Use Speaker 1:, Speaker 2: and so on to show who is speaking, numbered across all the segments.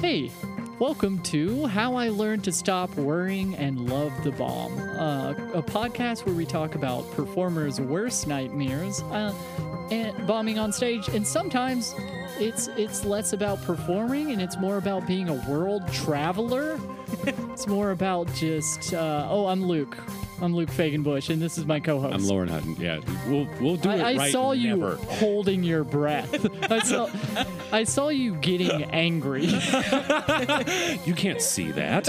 Speaker 1: Hey, welcome to How I Learned to Stop Worrying and Love the Bomb, uh, a podcast where we talk about performers' worst nightmares, uh, and bombing on stage, and sometimes it's it's less about performing and it's more about being a world traveler. it's more about just uh, oh, I'm Luke. I'm Luke Fagenbush, and this is my co-host.
Speaker 2: I'm Lauren Hutton. Yeah, we'll we'll do it
Speaker 1: I, I
Speaker 2: right.
Speaker 1: saw you
Speaker 2: never.
Speaker 1: holding your breath. I saw, I saw you getting angry.
Speaker 2: You can't see that.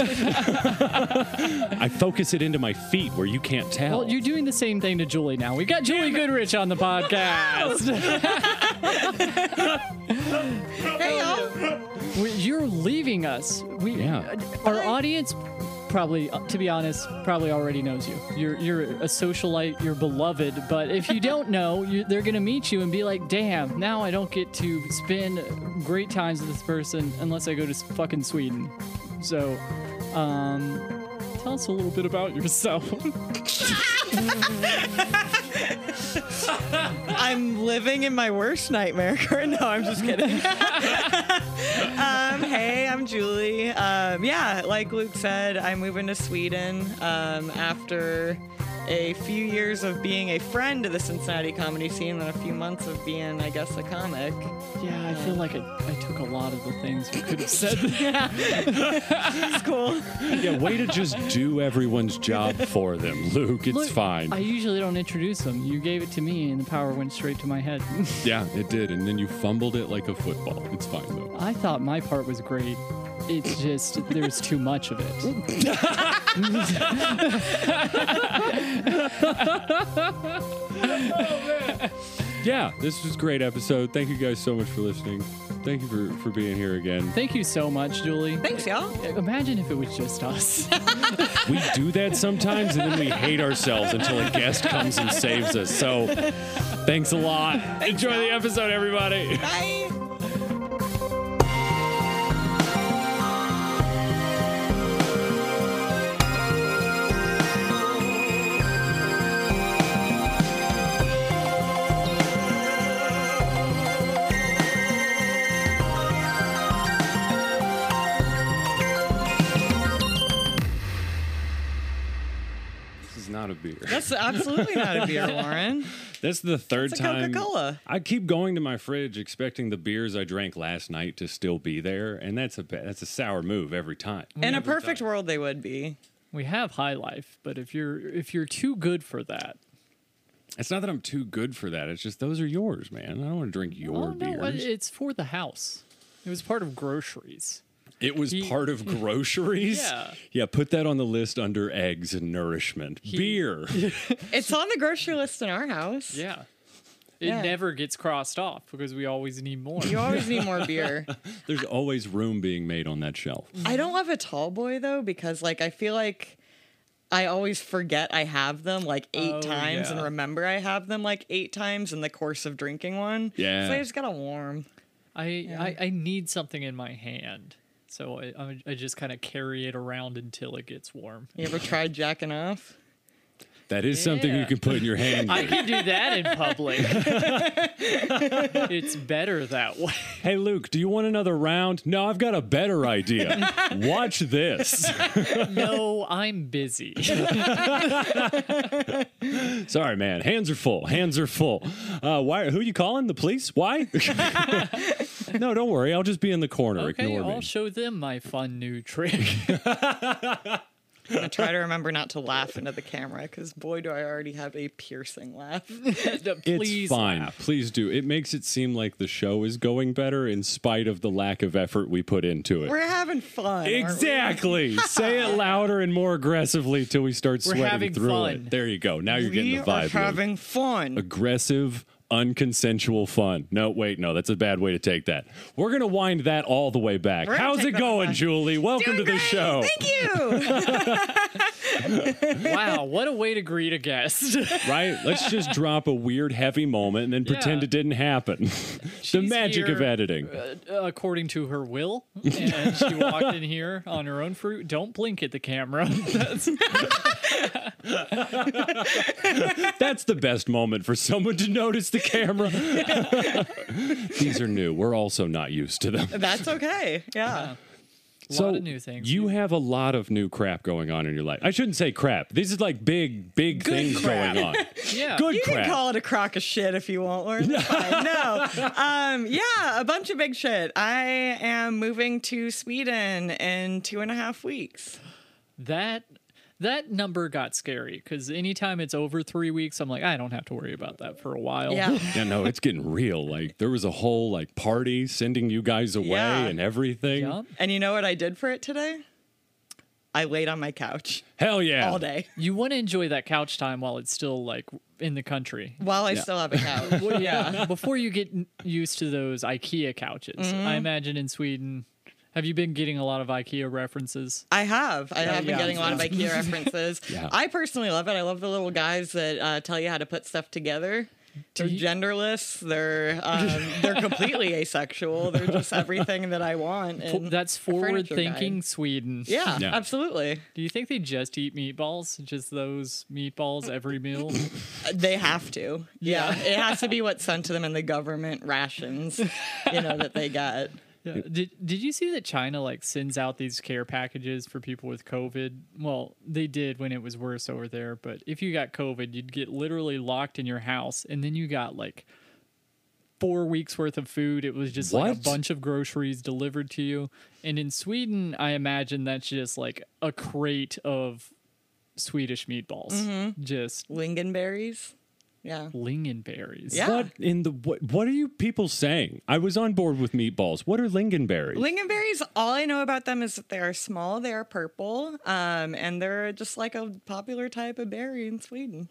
Speaker 2: I focus it into my feet where you can't tell.
Speaker 1: Well, you're doing the same thing to Julie now. We've got Julie Goodrich on the podcast.
Speaker 3: Hey, y'all.
Speaker 1: We- you're leaving us. We, uh,
Speaker 2: Yeah.
Speaker 1: Our audience probably, uh, to be honest, probably already knows you. You're you're a socialite. You're beloved. But if you don't know, you, they're gonna meet you and be like, "Damn, now I don't get to spend great times with this person unless I go to s- fucking Sweden." So, um, tell us a little bit about yourself.
Speaker 3: I'm living in my worst nightmare. no, I'm just kidding. um, hey, I'm Julie. Um, yeah, like Luke said, I'm moving to Sweden um, after a few years of being a friend to the Cincinnati comedy scene and a few months of being, I guess, a comic.
Speaker 1: yeah, I feel like I, I took a lot of the things you could have said.
Speaker 3: It's cool.
Speaker 2: yeah, way to just do everyone's job for them, Luke. It's
Speaker 1: Look,
Speaker 2: fine.
Speaker 1: I usually don't introduce them. You gave it to me, and the power went straight to my head.
Speaker 2: yeah, it did, and then you fumbled it like a football. It's fine though.
Speaker 1: I thought my part was great. It's just there's too much of it.
Speaker 2: Yeah, this was a great episode. Thank you guys so much for listening. Thank you for for being here again.
Speaker 1: Thank you so much, Julie.
Speaker 3: Thanks, y'all.
Speaker 1: Imagine if it was just us.
Speaker 2: We do that sometimes, and then we hate ourselves until a guest comes and saves us. So, thanks a lot. Enjoy the episode, everybody.
Speaker 3: Bye.
Speaker 2: This is not a beer.
Speaker 3: That's absolutely not a beer, Warren.
Speaker 2: That's the third
Speaker 3: It's a
Speaker 2: time.
Speaker 3: Coca-Cola.
Speaker 2: I keep going to my fridge expecting the beers I drank last night to still be there, and that's a ba- that's a sour move every time.
Speaker 3: In a perfect world, they would be.
Speaker 1: we have high life, but if you're if you're too good for that,
Speaker 2: It's not that I'm too good for that. It's just those are yours, man. I don't want to drink your
Speaker 1: oh, no,
Speaker 2: beers. it,
Speaker 1: it's for the house. It was part of groceries.
Speaker 2: was
Speaker 1: he-
Speaker 2: part of groceries.
Speaker 1: Yeah.
Speaker 2: yeah. Put that on the list under eggs and nourishment. beer.
Speaker 3: It's on the grocery list in our house.
Speaker 1: Yeah. It
Speaker 3: Yeah.
Speaker 1: never gets crossed off because we always need more.
Speaker 3: You always need more beer.
Speaker 2: There's always room being made on that shelf.
Speaker 3: I don't love a tall boy though because like I feel like I always forget I have them like eight
Speaker 1: Oh,
Speaker 3: times and
Speaker 1: yeah.
Speaker 3: remember I have them like eight times in the course of drinking one.
Speaker 2: Yeah.
Speaker 3: So I just got a warm.
Speaker 1: I, I I need something in my hand, so I I, I just kind of carry it around until it gets warm.
Speaker 3: You ever tried jacking off?
Speaker 2: That is something you
Speaker 1: Yeah.
Speaker 2: can put in your hand.
Speaker 1: I can do that in public. it's better that way.
Speaker 2: hey, Luke, do you want another round? No, I've got a better idea. Watch this.
Speaker 1: No, I'm busy.
Speaker 2: Sorry, man. Hands are full. Hands are full. Uh, why? Who you calling? The police? Why? no, don't worry. I'll just be in the corner.
Speaker 1: Okay,
Speaker 2: Ignore me.
Speaker 1: I'll show them my fun new trick.
Speaker 3: I'm gonna try to remember not to laugh into the camera because boy do I already have a piercing laugh.
Speaker 2: it's
Speaker 1: Please
Speaker 2: fine. Please do. It makes it seem like the show is going better in spite of the lack of effort we put into it.
Speaker 3: We're having fun. aren't we?
Speaker 2: exactly. Say it louder and more aggressively till we start
Speaker 1: We're
Speaker 2: sweating
Speaker 1: having
Speaker 2: through
Speaker 1: fun.
Speaker 2: it. There you go. Now you're
Speaker 3: We
Speaker 2: getting the
Speaker 3: are
Speaker 2: vibe. Luke.
Speaker 3: having fun.
Speaker 2: aggressive, unconsensual fun. No, wait, no, that's a bad way to take that. We're gonna wind that all the way back.
Speaker 3: We're gonna
Speaker 2: How's
Speaker 3: take
Speaker 2: it
Speaker 3: that
Speaker 2: going,
Speaker 3: back.
Speaker 2: Julie? Welcome to
Speaker 3: Doing
Speaker 2: the
Speaker 3: great.
Speaker 2: show.
Speaker 3: Thank you.
Speaker 1: Wow, what a way to greet a guest.
Speaker 2: Right? Let's just drop a weird, heavy moment and then pretend
Speaker 1: Yeah.
Speaker 2: it didn't happen. the magic of
Speaker 1: here.
Speaker 2: editing.
Speaker 1: According to her will, and she walked in here on her own fruit. Don't blink at the camera. That's,
Speaker 2: That's the best moment for someone to notice the camera. These are new. We're also not used to them.
Speaker 3: That's okay. Yeah.
Speaker 2: so
Speaker 1: lot of new things.
Speaker 2: you have a lot of new crap going on in your life. I shouldn't say crap. These is like big, big things
Speaker 3: crap.
Speaker 2: going on.
Speaker 1: yeah.
Speaker 2: Good
Speaker 3: You
Speaker 2: crap.
Speaker 3: can call it a crock of shit if you want, Lauren. It's fine. No. Um, yeah, a bunch of big shit. I am moving to Sweden in two and a half weeks.
Speaker 1: That that number got scary because anytime it's over three weeks, I'm like, I don't have to worry about that for a while.
Speaker 3: Yeah.
Speaker 2: yeah, no, it's getting real. Like there was a whole like party sending you guys away
Speaker 3: Yeah.
Speaker 2: and everything.
Speaker 1: Yup.
Speaker 3: And you know what I did for it today? I laid on my couch
Speaker 2: Hell yeah.
Speaker 3: all day
Speaker 1: You want to enjoy that couch time while it's still like in the country.
Speaker 3: while I still have a couch.
Speaker 1: Well, yeah. Before you get n- used to those IKEA couches,
Speaker 3: Mm-hmm.
Speaker 1: I imagine in Sweden, have you been getting a lot of IKEA references?
Speaker 3: I have. I have
Speaker 1: yeah.
Speaker 3: been getting a lot of IKEA references.
Speaker 2: Yeah.
Speaker 3: I personally love it. I love the little guys that uh, tell you how to put stuff together. They're
Speaker 1: you-
Speaker 3: genderless. They're um, they're completely asexual. They're just everything that I want. And
Speaker 1: That's forward
Speaker 3: furniture guide.
Speaker 1: thinking Sweden.
Speaker 3: yeah,
Speaker 2: Yeah.
Speaker 3: absolutely.
Speaker 1: Do you think they just eat meatballs? Just those meatballs every meal?
Speaker 3: They have to. Yeah, it has to be what's sent to them in the government rations, you know, that they get.
Speaker 1: Yeah. Did Did you see that China like sends out these care packages for people with COVID? Well, they did when it was worse over there. But if you got COVID, you'd get literally locked in your house, and then you got like four weeks worth of food. It was just like a
Speaker 2: What?
Speaker 1: bunch of groceries delivered to you. And in Sweden, I imagine that's just like a crate of Swedish meatballs, just
Speaker 3: Lingonberries. Yeah.
Speaker 1: lingonberries.
Speaker 3: Yeah.
Speaker 2: What in the what, what are you people saying? I was on board with meatballs. What are lingonberries?
Speaker 3: Lingonberries, all I know about them is that they are small, they are purple, um, and they're just like a popular type of berry in Sweden.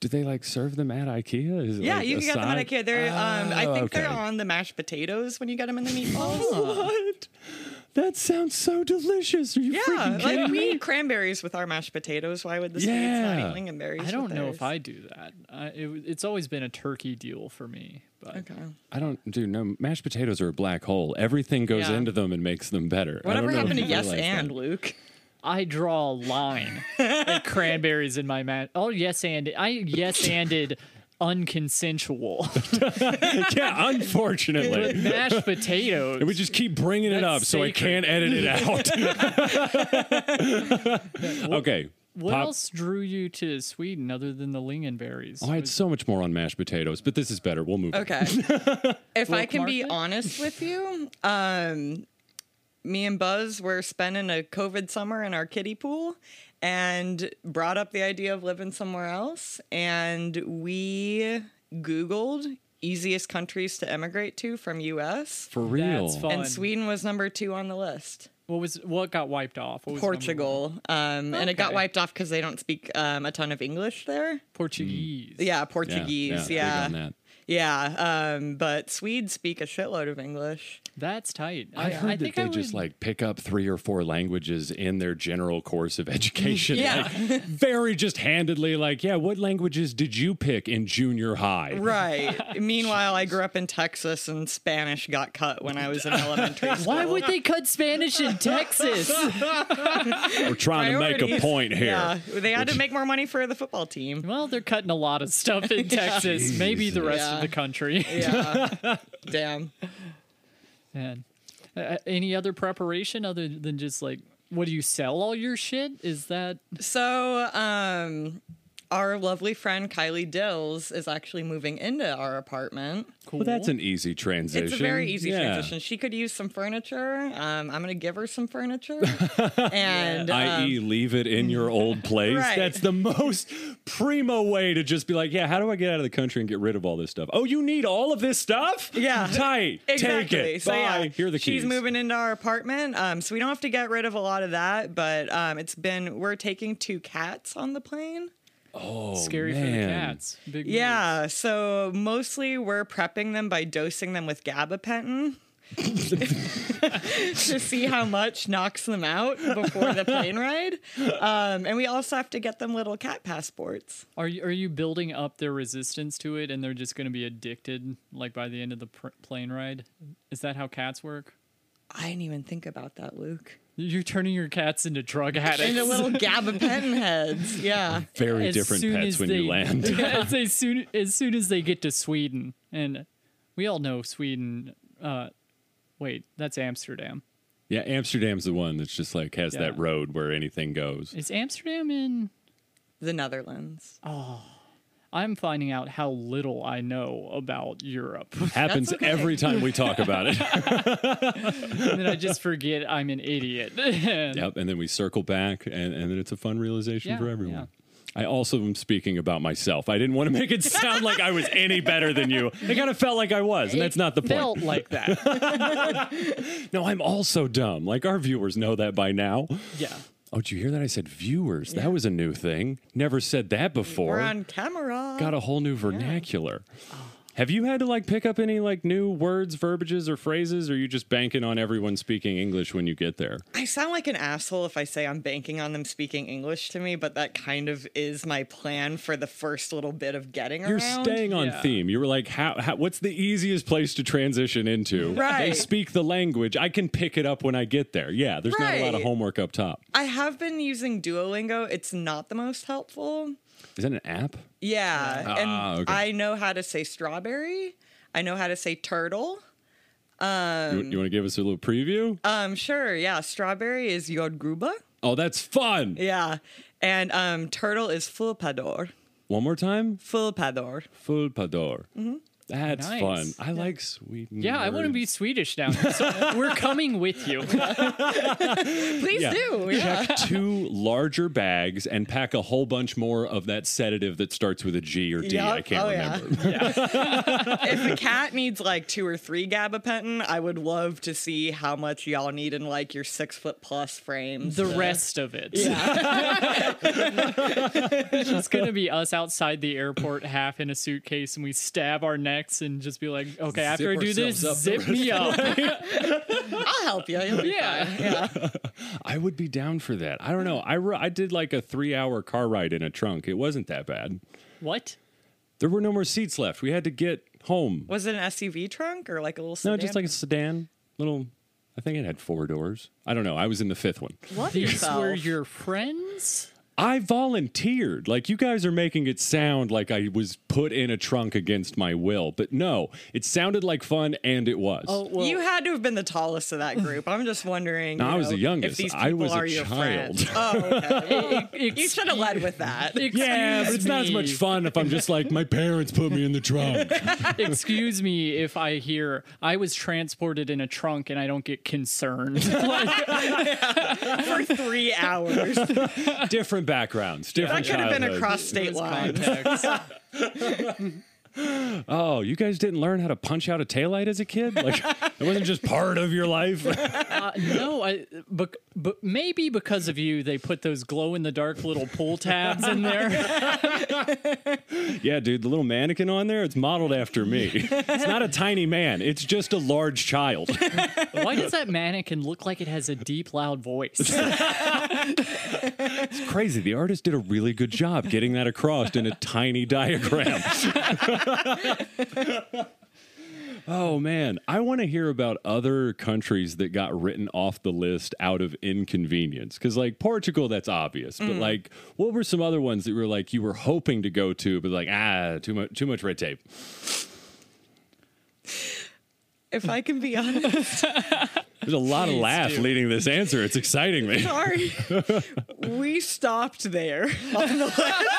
Speaker 2: Do they like serve them at IKEA? Is it,
Speaker 3: Yeah,
Speaker 2: like,
Speaker 3: you
Speaker 2: a
Speaker 3: can get them at
Speaker 2: side?
Speaker 3: IKEA. They're, um, I
Speaker 2: Oh,
Speaker 3: think they're
Speaker 2: okay. Oh,
Speaker 3: on the mashed potatoes when you get them in the meatballs.
Speaker 2: What? That sounds so delicious. Are you
Speaker 3: yeah,
Speaker 2: freaking kidding
Speaker 3: like
Speaker 2: me?
Speaker 3: we eat cranberries with our mashed potatoes. Why would the
Speaker 2: Yeah.
Speaker 3: Swedes not eat lingonberries?
Speaker 1: I don't
Speaker 3: with
Speaker 1: know if
Speaker 3: theirs?
Speaker 1: I do that. I, it, it's always been a turkey deal for me, but
Speaker 3: Okay.
Speaker 2: I don't do no mashed potatoes are a black hole. Everything goes
Speaker 3: Yeah.
Speaker 2: into them and makes them better. I
Speaker 3: Whatever
Speaker 2: don't know
Speaker 3: happened
Speaker 2: if
Speaker 3: to
Speaker 2: you
Speaker 3: yes
Speaker 2: realize
Speaker 3: and
Speaker 2: that.
Speaker 3: Luke?
Speaker 1: I draw a line at cranberries in my mouth. Oh yes, and I yes anded unconsensual.
Speaker 2: yeah, unfortunately.
Speaker 1: mashed potatoes.
Speaker 2: And we just keep bringing it up
Speaker 1: That's
Speaker 2: so I
Speaker 1: sacred.
Speaker 2: can't edit it out. okay.
Speaker 1: what
Speaker 2: pop-
Speaker 1: else drew you to Sweden other than the lingonberries?
Speaker 2: Oh, I had so much more on mashed potatoes, but this is better. We'll move. on.
Speaker 3: Okay. if I can be
Speaker 1: market?
Speaker 3: honest with you, um, me and Buzz were spending a COVID summer in our kiddie pool and brought up the idea of living somewhere else. And we Googled easiest countries to emigrate to from US.
Speaker 2: For real.
Speaker 1: That's fun.
Speaker 3: And Sweden was number two on the list.
Speaker 1: What was what got wiped off? What was number one?
Speaker 3: Portugal. Um, And it got
Speaker 1: Okay.
Speaker 3: wiped off because they don't speak um, a ton of English there.
Speaker 1: Portuguese.
Speaker 3: Mm. Yeah,
Speaker 2: Yeah,
Speaker 3: Portuguese.
Speaker 2: big
Speaker 3: Yeah.
Speaker 2: on that.
Speaker 3: Yeah, um, but Swedes speak a shitload of English.
Speaker 1: that's tight.
Speaker 2: I heard that
Speaker 1: think
Speaker 2: they
Speaker 1: I
Speaker 2: just
Speaker 1: would-
Speaker 2: like pick up three or four languages in their general course of education.
Speaker 3: Yeah.
Speaker 2: Like, very just handedly, like, yeah, what languages did you pick in junior high?
Speaker 3: Right. Meanwhile, I grew up in Texas and Spanish got cut when I was in elementary school.
Speaker 1: Why would they cut Spanish in Texas?
Speaker 2: We're trying to make a
Speaker 3: Priorities.
Speaker 2: point here.
Speaker 3: Yeah, Uh, they had to make more money for the football team.
Speaker 1: well, they're cutting a lot of stuff in Texas. Maybe the rest of
Speaker 3: Yeah.
Speaker 1: the country.
Speaker 3: Yeah. Damn.
Speaker 1: Man. Uh, any other preparation other than just like, what do you sell all your shit? Is that
Speaker 3: So, um, our lovely friend Kylie Dills is actually moving into our apartment.
Speaker 1: cool?
Speaker 2: Well, that's an easy transition.
Speaker 3: It's a very easy
Speaker 2: Yeah.
Speaker 3: transition. She could use some furniture. Um, I'm going to give her some furniture. and um,
Speaker 2: I.e., E, leave it in your old place.
Speaker 3: Right.
Speaker 2: That's the most primo way to just be like, yeah, how do I get out of the country and get rid of all this stuff? Oh, you need all of this stuff?
Speaker 3: Yeah.
Speaker 2: Tight.
Speaker 3: Exactly.
Speaker 2: Take it.
Speaker 3: So
Speaker 2: Bye.
Speaker 3: yeah,
Speaker 2: Here are the keys.
Speaker 3: She's moving into our apartment, um, so we don't have to get rid of a lot of that. But um, it's been we're taking two cats on the plane.
Speaker 2: Oh,
Speaker 1: scary for the
Speaker 2: man.
Speaker 1: cats. Big moves.
Speaker 3: Yeah, so mostly we're prepping them by dosing them with gabapentin. to see how much knocks them out before the plane ride, um, and we also have to get them little cat passports.
Speaker 1: Are you are you building up their resistance to it, and they're just going to be addicted like by the end of the pr- plane ride? Is that how cats work?
Speaker 3: I didn't even think about that, Luke.
Speaker 1: You're turning your cats into drug
Speaker 3: And the
Speaker 1: addicts.
Speaker 3: little gabapentin heads, yeah.
Speaker 2: Very
Speaker 1: As
Speaker 2: different
Speaker 1: soon
Speaker 2: pets
Speaker 1: as
Speaker 2: when
Speaker 1: they-
Speaker 2: you land.
Speaker 1: as they soon as soon as they get to Sweden, and we all know Sweden. Uh, wait, that's Amsterdam.
Speaker 2: Yeah, Amsterdam's the one that's just like has that
Speaker 1: Yeah.
Speaker 2: road where anything goes.
Speaker 1: Is Amsterdam in?
Speaker 3: The Netherlands.
Speaker 1: I'm finding out how little I know about Europe.
Speaker 2: Happens
Speaker 3: okay.
Speaker 2: every time we talk about it.
Speaker 1: and then I just forget I'm an idiot.
Speaker 2: Yep, and then we circle back, and, and then it's a fun realization
Speaker 1: Yeah,
Speaker 2: for
Speaker 1: yeah.
Speaker 2: everyone. I also am speaking about myself. I didn't want to make it sound like I was any better than you. It kind of felt like I was, and that's not the
Speaker 1: Felt
Speaker 2: point.
Speaker 1: like that.
Speaker 2: No, I'm also dumb. Like our viewers know that by now.
Speaker 1: Yeah.
Speaker 2: Oh, did you hear that? I said viewers. That was a new thing. Never said that before.
Speaker 3: We're on Oh. camera.
Speaker 2: Got a whole new vernacular. Have you had to like pick up any like new words, verbiages, or phrases, or are you just banking on everyone speaking English when you get there?
Speaker 3: I sound like an asshole if I say I'm banking on them speaking English to me, but that kind of is my plan for the first little bit of getting
Speaker 2: You're
Speaker 3: around.
Speaker 2: staying on
Speaker 1: Yeah.
Speaker 2: theme. You were like, how, how? What's the easiest place to transition into? They
Speaker 3: Right.
Speaker 2: speak the language. I can pick it up when I get there. Yeah, there's not a lot of
Speaker 3: Right.
Speaker 2: homework up top.
Speaker 3: I have been using Duolingo. It's not the most helpful.
Speaker 2: Is that an app?
Speaker 3: Yeah.
Speaker 2: Ah,
Speaker 3: and
Speaker 2: okay.
Speaker 3: I know how to say strawberry. I know how to say turtle.
Speaker 2: you you want to give us a little preview?
Speaker 3: Um, sure. Yeah. Strawberry is Yodgruba.
Speaker 2: oh, that's fun.
Speaker 3: Yeah. And um, turtle is Fulpador.
Speaker 2: One more time.
Speaker 3: Fulpador.
Speaker 2: Fulpador. That's
Speaker 1: Nice.
Speaker 2: fun. I like Sweden.
Speaker 1: Yeah, I want to be
Speaker 2: words.
Speaker 1: Swedish now. So we're coming with you.
Speaker 3: Please
Speaker 2: Yeah.
Speaker 3: do. Yeah.
Speaker 2: Pack two larger bags and pack a whole bunch more of that sedative that starts with a G or D.
Speaker 3: Yup.
Speaker 2: I can't
Speaker 3: Oh, yeah.
Speaker 2: remember.
Speaker 3: if a cat needs like two or three gabapentin, I would love to see how much y'all need in like your six foot plus frames.
Speaker 1: The rest of it. Yeah. it's just gonna be us outside the airport, half in a suitcase, and we stab our necks and just be like, "Okay, after I do this,
Speaker 2: ourselves up the
Speaker 1: zip me up."
Speaker 3: I'll help you. You'll be
Speaker 1: Yeah.
Speaker 3: fine. yeah.
Speaker 2: I would be down for that. I don't know. I, ru- I did like a three hour car ride in a trunk. It wasn't that bad.
Speaker 1: What?
Speaker 2: There were no more seats left. We had to get home.
Speaker 3: Was it an SUV trunk or like a little
Speaker 2: No,
Speaker 3: sedan?
Speaker 2: just like a sedan. Little, I think it had four doors. I don't know. I was in the fifth one.
Speaker 3: Love
Speaker 1: These were
Speaker 3: yourself.
Speaker 1: your friends?
Speaker 2: I volunteered. Like, you guys are making it sound like I was put in a trunk against my will. But no, it sounded like fun and it was.
Speaker 1: Oh well,
Speaker 3: you had to have been the tallest of that group. I'm just wondering.
Speaker 2: No,
Speaker 3: you
Speaker 2: I was
Speaker 3: know,
Speaker 2: the
Speaker 3: If
Speaker 2: youngest.
Speaker 3: these people
Speaker 2: I was a
Speaker 3: are your
Speaker 2: child.
Speaker 3: friends. Oh, okay.
Speaker 1: E-,
Speaker 3: you
Speaker 1: ex-
Speaker 3: should have led with that.
Speaker 2: yeah, but
Speaker 1: excuse
Speaker 2: it's not as
Speaker 1: me.
Speaker 2: much fun if I'm just like, my parents put me in the trunk.
Speaker 1: Excuse me if I hear I was transported in a trunk and I don't get concerned. Like,
Speaker 3: For three hours. That
Speaker 2: different backgrounds, different
Speaker 3: could have been
Speaker 2: childhoods.
Speaker 3: across state lines.
Speaker 1: context.
Speaker 2: Oh, you guys didn't learn how to punch out a taillight as a kid? Like, it wasn't just part of your life.
Speaker 1: Uh, no, I, but, but maybe because of you, they put those glow in the dark little pull tabs in there.
Speaker 2: yeah, dude, the little mannequin on there, it's modeled after me. It's not a tiny man, it's just a large child.
Speaker 1: Why does that mannequin look like it has a deep, loud voice?
Speaker 2: It's crazy. The artist did a really good job getting that across in a tiny diagram. oh, man. I want to hear about other countries that got written off the list out of inconvenience. Because, like, Portugal, that's obvious. But, like, what were some other ones that were like you were hoping to go to, but like, ah, too much, too much red tape?
Speaker 3: If I can be honest.
Speaker 2: There's a lot of laugh
Speaker 1: dude.
Speaker 2: leading this answer. It's exciting me.
Speaker 3: Sorry. we stopped there on the left.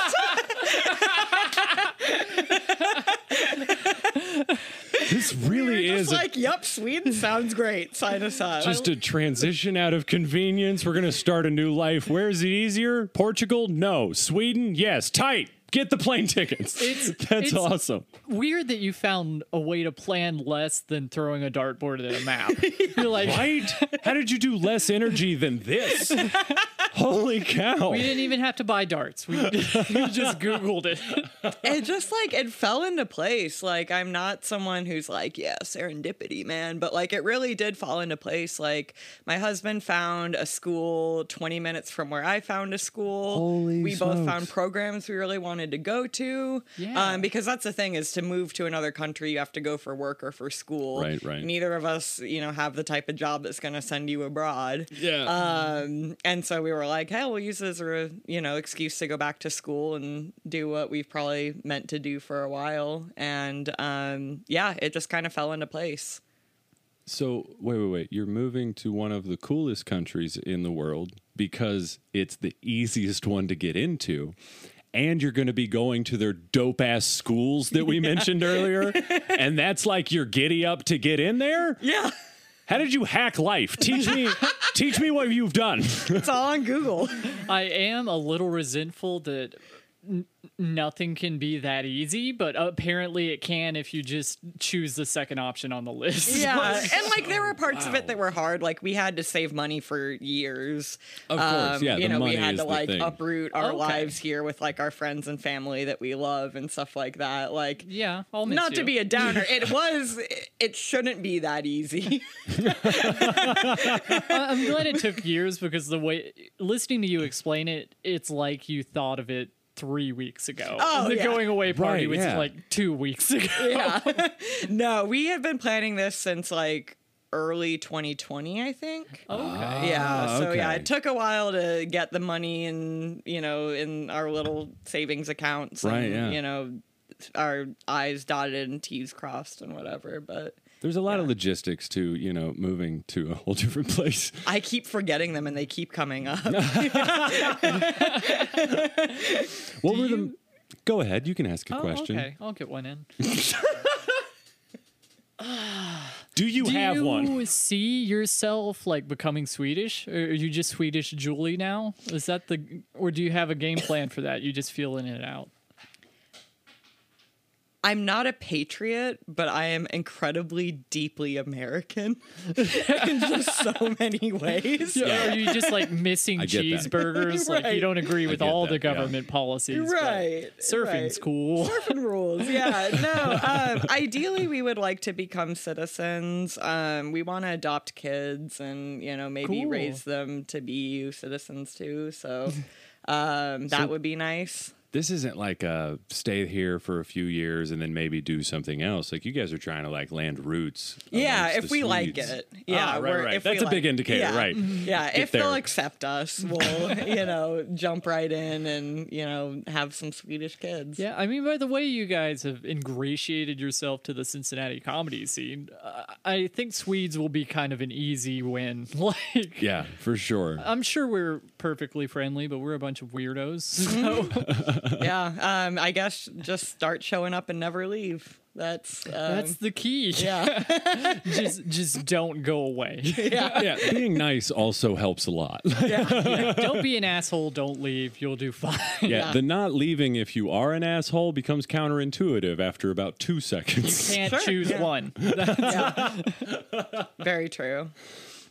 Speaker 2: This
Speaker 3: We
Speaker 2: really
Speaker 3: were
Speaker 2: is
Speaker 3: just
Speaker 2: a
Speaker 3: like, yep, Sweden sounds great. Sign us up.
Speaker 2: just
Speaker 1: Oh.
Speaker 2: a transition out of convenience. We're going to start a new life. Where is it easier? Portugal? No. Sweden? Yes. Tight. Get the plane tickets.
Speaker 1: It's-
Speaker 2: That's
Speaker 1: it's-
Speaker 2: awesome.
Speaker 1: Weird that you found a way to plan less than throwing a dartboard at a map. You're like,
Speaker 2: Right? How did you do less energy than this? Holy cow.
Speaker 1: we didn't even have to buy darts. We, we just Googled it.
Speaker 3: it just like it fell into place. Like I'm not someone who's like, yeah, serendipity, man, but like it really did fall into place. Like my husband found a school 20 minutes from where I found a school.
Speaker 2: Holy
Speaker 3: we both found
Speaker 2: smokes.
Speaker 3: programs we really wanted to go to.
Speaker 1: Yeah.
Speaker 3: Um, because that's the thing is to move to another country, you have to go for work or for school.
Speaker 2: Right, right.
Speaker 3: Neither of us, you know, have the type of job that's going to send you abroad.
Speaker 2: Yeah.
Speaker 3: Um, and so we were like, hey, we'll use this as a you know excuse to go back to school and do what we've probably meant to do for a while. And um, yeah, it just kind of fell into place.
Speaker 2: So wait, wait, wait. You're moving to one of the coolest countries in the world because it's the easiest one to get into. And you're going to be going to their dope ass schools that we mentioned earlier. And that's like your giddy up to get in there.
Speaker 3: Yeah.
Speaker 2: How did you hack life? Teach me, teach me what you've done.
Speaker 3: It's all on Google.
Speaker 1: I am a little resentful that n- nothing can be that easy, but apparently it can if you just choose the second option on the list.
Speaker 3: Yeah. and like there were parts of it that were hard. Like we had to save money for years. Um,
Speaker 2: Of course, yeah,
Speaker 3: You
Speaker 2: the
Speaker 3: know,
Speaker 2: money
Speaker 3: we had
Speaker 2: is
Speaker 3: to
Speaker 2: the
Speaker 3: like
Speaker 2: thing.
Speaker 3: uproot our
Speaker 1: Okay.
Speaker 3: lives here with like our friends and family that we love and stuff like that. Like
Speaker 1: yeah, I'll miss
Speaker 3: not to
Speaker 1: you.
Speaker 3: be a downer. It was it shouldn't be that easy.
Speaker 1: I- I'm glad it took years because the way listening to you explain it, it's like you thought of it three weeks ago.
Speaker 3: Oh,
Speaker 1: the
Speaker 3: yeah.
Speaker 1: going away party
Speaker 2: Right,
Speaker 1: was
Speaker 2: yeah.
Speaker 1: like two weeks ago.
Speaker 3: yeah. no, we had been planning this since like early 2020, I think.
Speaker 2: Ah,
Speaker 1: Okay.
Speaker 3: yeah. So yeah,
Speaker 2: Oh. okay.
Speaker 3: it took a while to get the money in, you know, in our little savings accounts.
Speaker 2: Right,
Speaker 3: And,
Speaker 2: yeah.
Speaker 3: You know, our I's dotted and T's crossed and whatever. But
Speaker 2: There's a lot of logistics to, you know, moving to a whole different place.
Speaker 3: I keep forgetting them and they keep coming up.
Speaker 2: What were the. Go ahead. You can ask a
Speaker 1: Oh,
Speaker 2: question.
Speaker 1: okay, I'll get one in.
Speaker 2: Do you
Speaker 1: Do
Speaker 2: have
Speaker 1: you
Speaker 2: one?
Speaker 1: see yourself like becoming Swedish? Or are you just Swedish Julie now? Is that the or do you have a game plan for that? You just feeling it out.
Speaker 3: I'm not a patriot, but I am incredibly deeply American in just so many ways.
Speaker 1: Or are you just like missing
Speaker 2: I get that.
Speaker 1: cheeseburgers? Like you
Speaker 3: Right.
Speaker 1: don't agree with
Speaker 2: get
Speaker 1: all
Speaker 2: that,
Speaker 1: the
Speaker 2: yeah.
Speaker 1: government policies. but
Speaker 3: Right.
Speaker 1: Surfing's
Speaker 3: right.
Speaker 1: cool.
Speaker 3: Orphan rules. Yeah. No. Um, ideally, we would like to become citizens. Um, we want to adopt kids and you know maybe
Speaker 1: Cool.
Speaker 3: raise them to be citizens too. So um, that would be nice.
Speaker 2: This isn't like a stay here for a few years and then maybe do something else. Like you guys are trying to like land roots.
Speaker 3: Yeah,
Speaker 2: amongst
Speaker 3: if
Speaker 2: the
Speaker 3: we like
Speaker 2: Swedes.
Speaker 3: it. Yeah,
Speaker 2: Ah, right,
Speaker 3: we're-
Speaker 2: right.
Speaker 3: if
Speaker 2: That's
Speaker 3: we
Speaker 2: a big
Speaker 3: like-
Speaker 2: indicator,
Speaker 3: yeah. Mm-hmm.
Speaker 2: right?
Speaker 3: Yeah,
Speaker 2: Mm-hmm. Get
Speaker 3: if
Speaker 2: there.
Speaker 3: they'll accept us, we'll you know jump right in and you know have some Swedish kids.
Speaker 1: Yeah, I mean, by the way, you guys have ingratiated yourself to the Cincinnati comedy scene. Uh, I think Swedes will be kind of an easy win. Like,
Speaker 2: Yeah, for sure.
Speaker 1: I'm sure we're perfectly friendly, but we're a bunch of weirdos. So um,
Speaker 3: yeah. Um, I guess just start showing up and never leave. That's um,
Speaker 1: that's the key.
Speaker 3: yeah.
Speaker 1: just, just don't go away.
Speaker 2: yeah, being nice also helps a lot. yeah,
Speaker 1: don't be an asshole. Don't leave. You'll do fine.
Speaker 2: the not leaving if you are an asshole becomes counterintuitive after about two seconds.
Speaker 1: Can't
Speaker 3: Sure,
Speaker 1: choose
Speaker 3: yeah.
Speaker 1: one.
Speaker 3: Very true.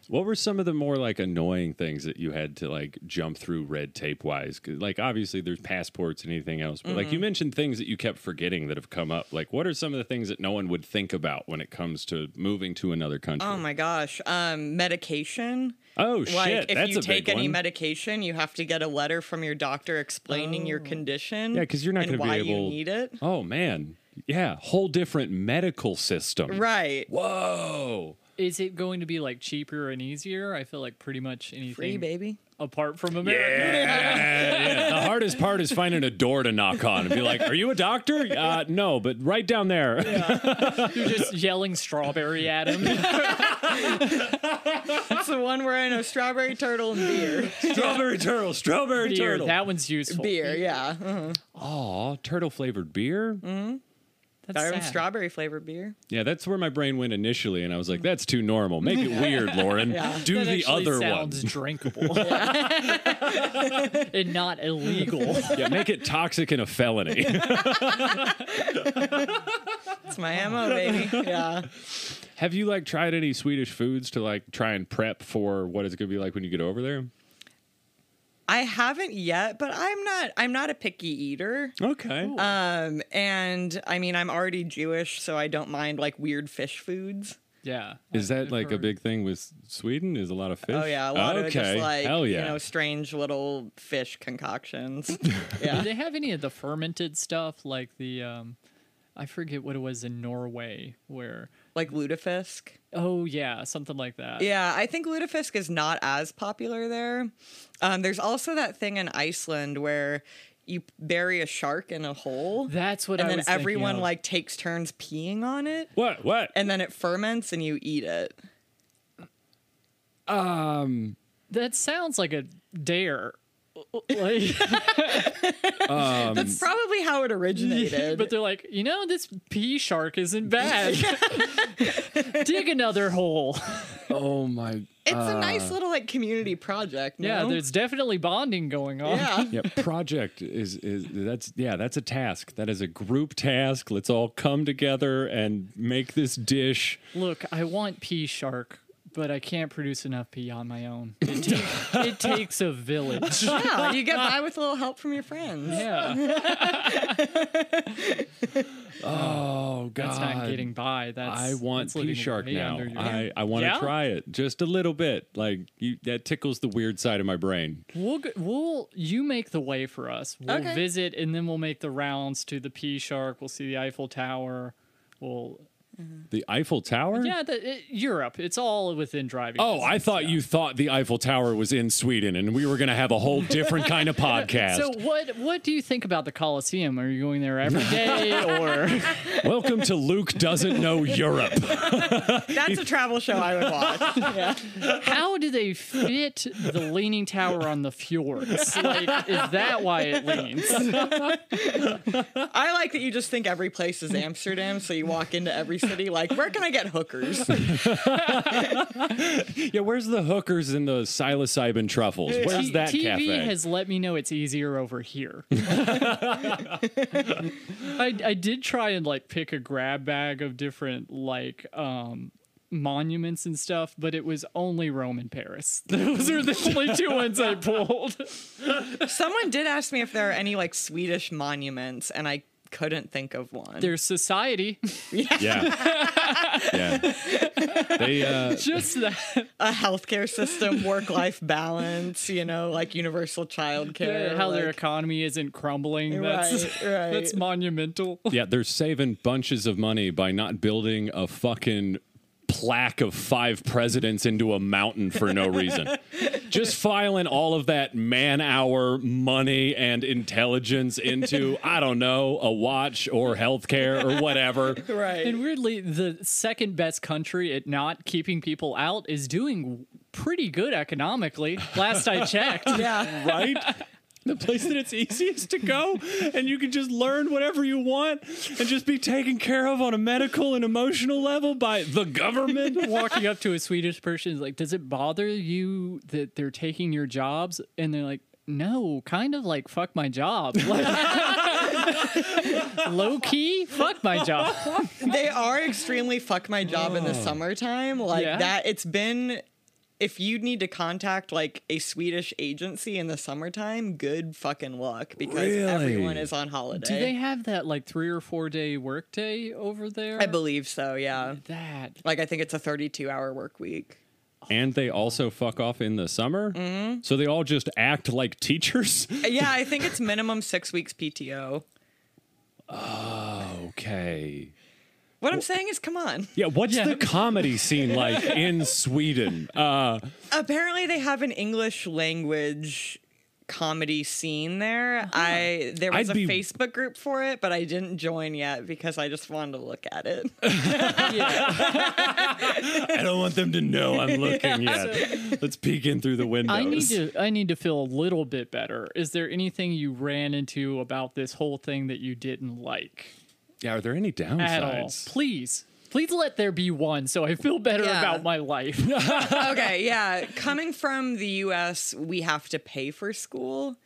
Speaker 2: What were some of the more like annoying things that you had to like jump through red tape wise? 'Cause, Like obviously there's passports and anything else, but
Speaker 3: Mm-hmm.
Speaker 2: like you mentioned things that you kept forgetting that have come up. Like what are some of the things that no one would think about when it comes to moving to another country?
Speaker 3: Oh my gosh. Um, medication.
Speaker 2: oh
Speaker 3: like
Speaker 2: shit,
Speaker 3: if
Speaker 2: that's
Speaker 3: you
Speaker 2: a
Speaker 3: take
Speaker 2: big
Speaker 3: any
Speaker 2: one.
Speaker 3: medication, you have to get a letter from your doctor explaining your condition.
Speaker 2: Oh. Yeah, 'cause you're not
Speaker 3: and
Speaker 2: gonna be
Speaker 3: why
Speaker 2: able-
Speaker 3: you need it.
Speaker 2: oh man, yeah, whole different medical system.
Speaker 3: Right.
Speaker 2: Whoa.
Speaker 1: Is it going to be like cheaper and easier? I feel like pretty much anything
Speaker 3: Free baby.
Speaker 1: apart from America.
Speaker 2: yeah. The hardest part is finding a door to knock on and be like, "Are you a doctor?" Uh, no, but right down there.
Speaker 1: You're just yelling strawberry at him.
Speaker 3: That's the one where I know strawberry turtle and beer.
Speaker 2: strawberry turtle, strawberry
Speaker 1: Beer, that one's useful.
Speaker 3: beer, yeah.
Speaker 2: Uh-huh.
Speaker 3: Mhm.
Speaker 2: Aw, turtle flavored beer?
Speaker 3: Mm.
Speaker 1: That's
Speaker 3: Darn
Speaker 1: sad.
Speaker 3: strawberry flavored beer.
Speaker 2: Yeah, that's where my brain went initially, and I was like, that's too normal. Make it weird, Lauren. Do
Speaker 1: That
Speaker 2: the
Speaker 1: actually
Speaker 2: other
Speaker 1: sounds
Speaker 2: one.
Speaker 1: drinkable and not illegal.
Speaker 2: yeah, make it toxic and a felony.
Speaker 3: It's my
Speaker 2: Oh.
Speaker 3: ammo, baby. Yeah.
Speaker 2: Have you like tried any Swedish foods to like try and prep for what it's gonna be like when you get over there?
Speaker 3: I haven't yet, but I'm not I'm not a picky eater.
Speaker 2: Okay.
Speaker 3: Um and I mean I'm already Jewish, so I don't mind like weird fish foods.
Speaker 1: Yeah.
Speaker 2: is that
Speaker 1: I've
Speaker 2: like a
Speaker 1: heard.
Speaker 2: big thing with Sweden? Is a lot of fish?
Speaker 3: Oh yeah, a lot
Speaker 2: okay.
Speaker 3: of just like
Speaker 2: Hell yeah.
Speaker 3: you know strange little fish concoctions.
Speaker 1: Do
Speaker 3: yeah.
Speaker 1: they have any of the fermented stuff like the um I forget what it was in Norway where
Speaker 3: Like lutefisk.
Speaker 1: oh yeah, something like that.
Speaker 3: Yeah, I think lutefisk is not as popular there. Um, there's also that thing in Iceland where you bury a shark in a hole.
Speaker 1: That's what
Speaker 3: and
Speaker 1: I
Speaker 3: then
Speaker 1: was thinking
Speaker 3: everyone
Speaker 1: of.
Speaker 3: like takes turns peeing on it
Speaker 2: what? What?
Speaker 3: and then it ferments and you eat it.
Speaker 2: Um,
Speaker 1: That sounds like a dare. Like,
Speaker 2: um,
Speaker 3: That's probably how it originated.
Speaker 1: Mm. but they're like, you know, this pea shark isn't bad. Dig another hole.
Speaker 2: oh my.
Speaker 3: it's a nice little like community project.
Speaker 1: Ah. Yeah,
Speaker 3: no?
Speaker 1: there's definitely bonding going on.
Speaker 3: yeah.
Speaker 2: Yeah, project is is that's yeah, that's a task. That is a group task. Let's all come together and make this dish.
Speaker 1: Look, I want pea shark, but I can't produce enough pea on my own. It, ta- it takes a village.
Speaker 3: yeah, you get by with a little help from your friends.
Speaker 1: Yeah,
Speaker 2: Oh god.
Speaker 1: that's not getting by. That's
Speaker 2: I want
Speaker 1: that's living
Speaker 2: pea shark
Speaker 1: way
Speaker 2: now.
Speaker 1: under your-
Speaker 2: I, I want to
Speaker 1: Yeah?
Speaker 2: try it just a little bit. Like you, that tickles the weird side of my brain.
Speaker 1: We'll g- we'll you make the way for us. We'll
Speaker 3: Okay.
Speaker 1: visit and then we'll make the rounds to the pea shark. We'll see the Eiffel Tower. We'll
Speaker 2: The Eiffel Tower?
Speaker 1: yeah, the, it, Europe. It's all within driving.
Speaker 2: Oh, I
Speaker 1: distance.
Speaker 2: thought you thought the Eiffel Tower was in Sweden and we were going to have a whole different kind of podcast.
Speaker 1: So what what do you think about the Colosseum? Are you going there every day or
Speaker 2: Welcome to Luke doesn't know Europe.
Speaker 3: That's a travel show I would watch. yeah.
Speaker 1: how do they fit the leaning tower on the fjords? Like is that why it leans?
Speaker 3: I like that you just think every place is Amsterdam, so you walk into every city like, where can I get hookers?
Speaker 2: yeah, where's the hookers and the psilocybin truffles? Where's
Speaker 1: T-
Speaker 2: that
Speaker 1: TV
Speaker 2: cafe?
Speaker 1: has let me know it's easier over here. I, I did try and like pick a grab bag of different like um monuments and stuff, but it was only Rome and Paris. Those are the only two ones I pulled.
Speaker 3: Someone did ask me if there are any like Swedish monuments, and I couldn't think of one.
Speaker 1: There's society,
Speaker 2: Yeah. yeah. They uh
Speaker 1: just that
Speaker 3: a healthcare system, work life balance, you know, like universal childcare.
Speaker 1: how their
Speaker 3: like-
Speaker 1: economy isn't crumbling. That's
Speaker 3: Right, right.
Speaker 1: that's monumental.
Speaker 2: yeah, they're saving bunches of money by not building a fucking plaque of five presidents into a mountain for no reason. Just filing all of that man hour money and intelligence into I don't know, a watch or healthcare or whatever.
Speaker 3: Right.
Speaker 1: And weirdly, the second best country at not keeping people out is doing pretty good economically. Last I checked.
Speaker 3: yeah.
Speaker 2: right? The place that it's easiest to go, and you can just learn whatever you want and just be taken care of on a medical and emotional level by the government.
Speaker 1: Walking up to a Swedish person is like, Does it bother you that they're taking your jobs? And they're like, No, kind of like, fuck my job. Low key, fuck my job.
Speaker 3: They are extremely fuck my job in the summertime. Like
Speaker 1: Yeah.
Speaker 3: that, it's been. If you need to contact like a Swedish agency in the summertime, good fucking luck because everyone
Speaker 2: Really?
Speaker 3: is on holiday.
Speaker 1: Do they have that like three or four day work day over there?
Speaker 3: I believe so, yeah.
Speaker 1: that.
Speaker 3: Like I think it's a 32 hour work week.
Speaker 2: And they also fuck off in the summer. So they all just act like teachers.
Speaker 3: Yeah, I think it's minimum 6 weeks PTO.
Speaker 2: Okay.
Speaker 3: What I'm saying is come on.
Speaker 2: Yeah, what's
Speaker 1: Yeah.
Speaker 2: the comedy scene like in Sweden? Uh,
Speaker 3: apparently they have an English language comedy scene there. I there was
Speaker 2: I'd
Speaker 3: a
Speaker 2: be-
Speaker 3: Facebook group for it, but I didn't join yet because I just wanted to look at it.
Speaker 1: Yeah.
Speaker 2: I don't want them to know I'm looking yet. Let's peek in through the windows.
Speaker 1: I need to I need to feel a little bit better. Is there anything you ran into about this whole thing that you didn't like
Speaker 2: yeah, are there any downsides?
Speaker 1: at all? Please. Please let there be one so I feel better
Speaker 3: Yeah.
Speaker 1: about my life.
Speaker 3: okay, yeah. Coming from the US, we have to pay for school.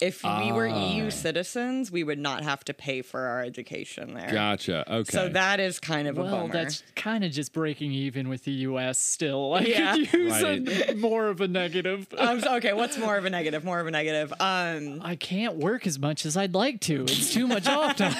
Speaker 3: If we were
Speaker 2: Ah.
Speaker 3: EU citizens, we would not have to pay for our education there.
Speaker 2: Gotcha. Okay.
Speaker 3: So that is kind of a
Speaker 1: well,
Speaker 3: bummer.
Speaker 1: that's kind of just breaking even with the US still. I
Speaker 3: Yeah.
Speaker 1: could use a- more of a negative.
Speaker 3: Um, so- okay, what's more of a negative? More of a negative. Um,
Speaker 1: I can't work as much as I'd like to. It's too much off time.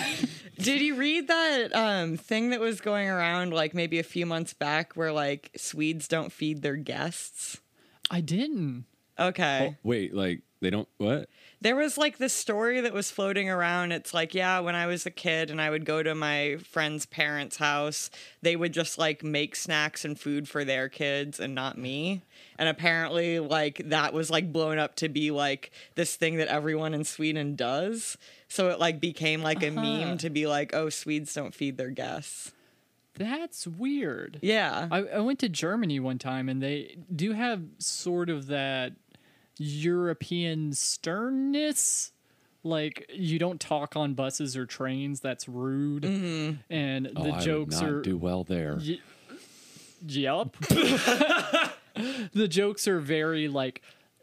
Speaker 3: Did you read that um, thing that was going around like maybe a few months back where like Swedes don't feed their guests?
Speaker 1: I didn't.
Speaker 3: Okay.
Speaker 2: Wait, like they don't what?
Speaker 3: There was like this story that was floating around. It's like, yeah, when I was a kid and I would go to my friend's parents' house, they would just like make snacks and food for their kids and not me. And apparently, like, that was like blown up to be like this thing that everyone in Sweden does. So it like became like a meme to be like, oh, Swedes don't feed their guests.
Speaker 1: that's weird.
Speaker 3: Yeah.
Speaker 1: I, I went to Germany one time and they do have sort of that European sternness. Like you don't talk on buses or trains. That's rude.
Speaker 3: Mm-hmm.
Speaker 1: And
Speaker 2: Oh,
Speaker 1: the
Speaker 2: I would
Speaker 1: jokes
Speaker 2: not
Speaker 1: are
Speaker 2: do well there.
Speaker 1: Ye- Yep. the jokes are very like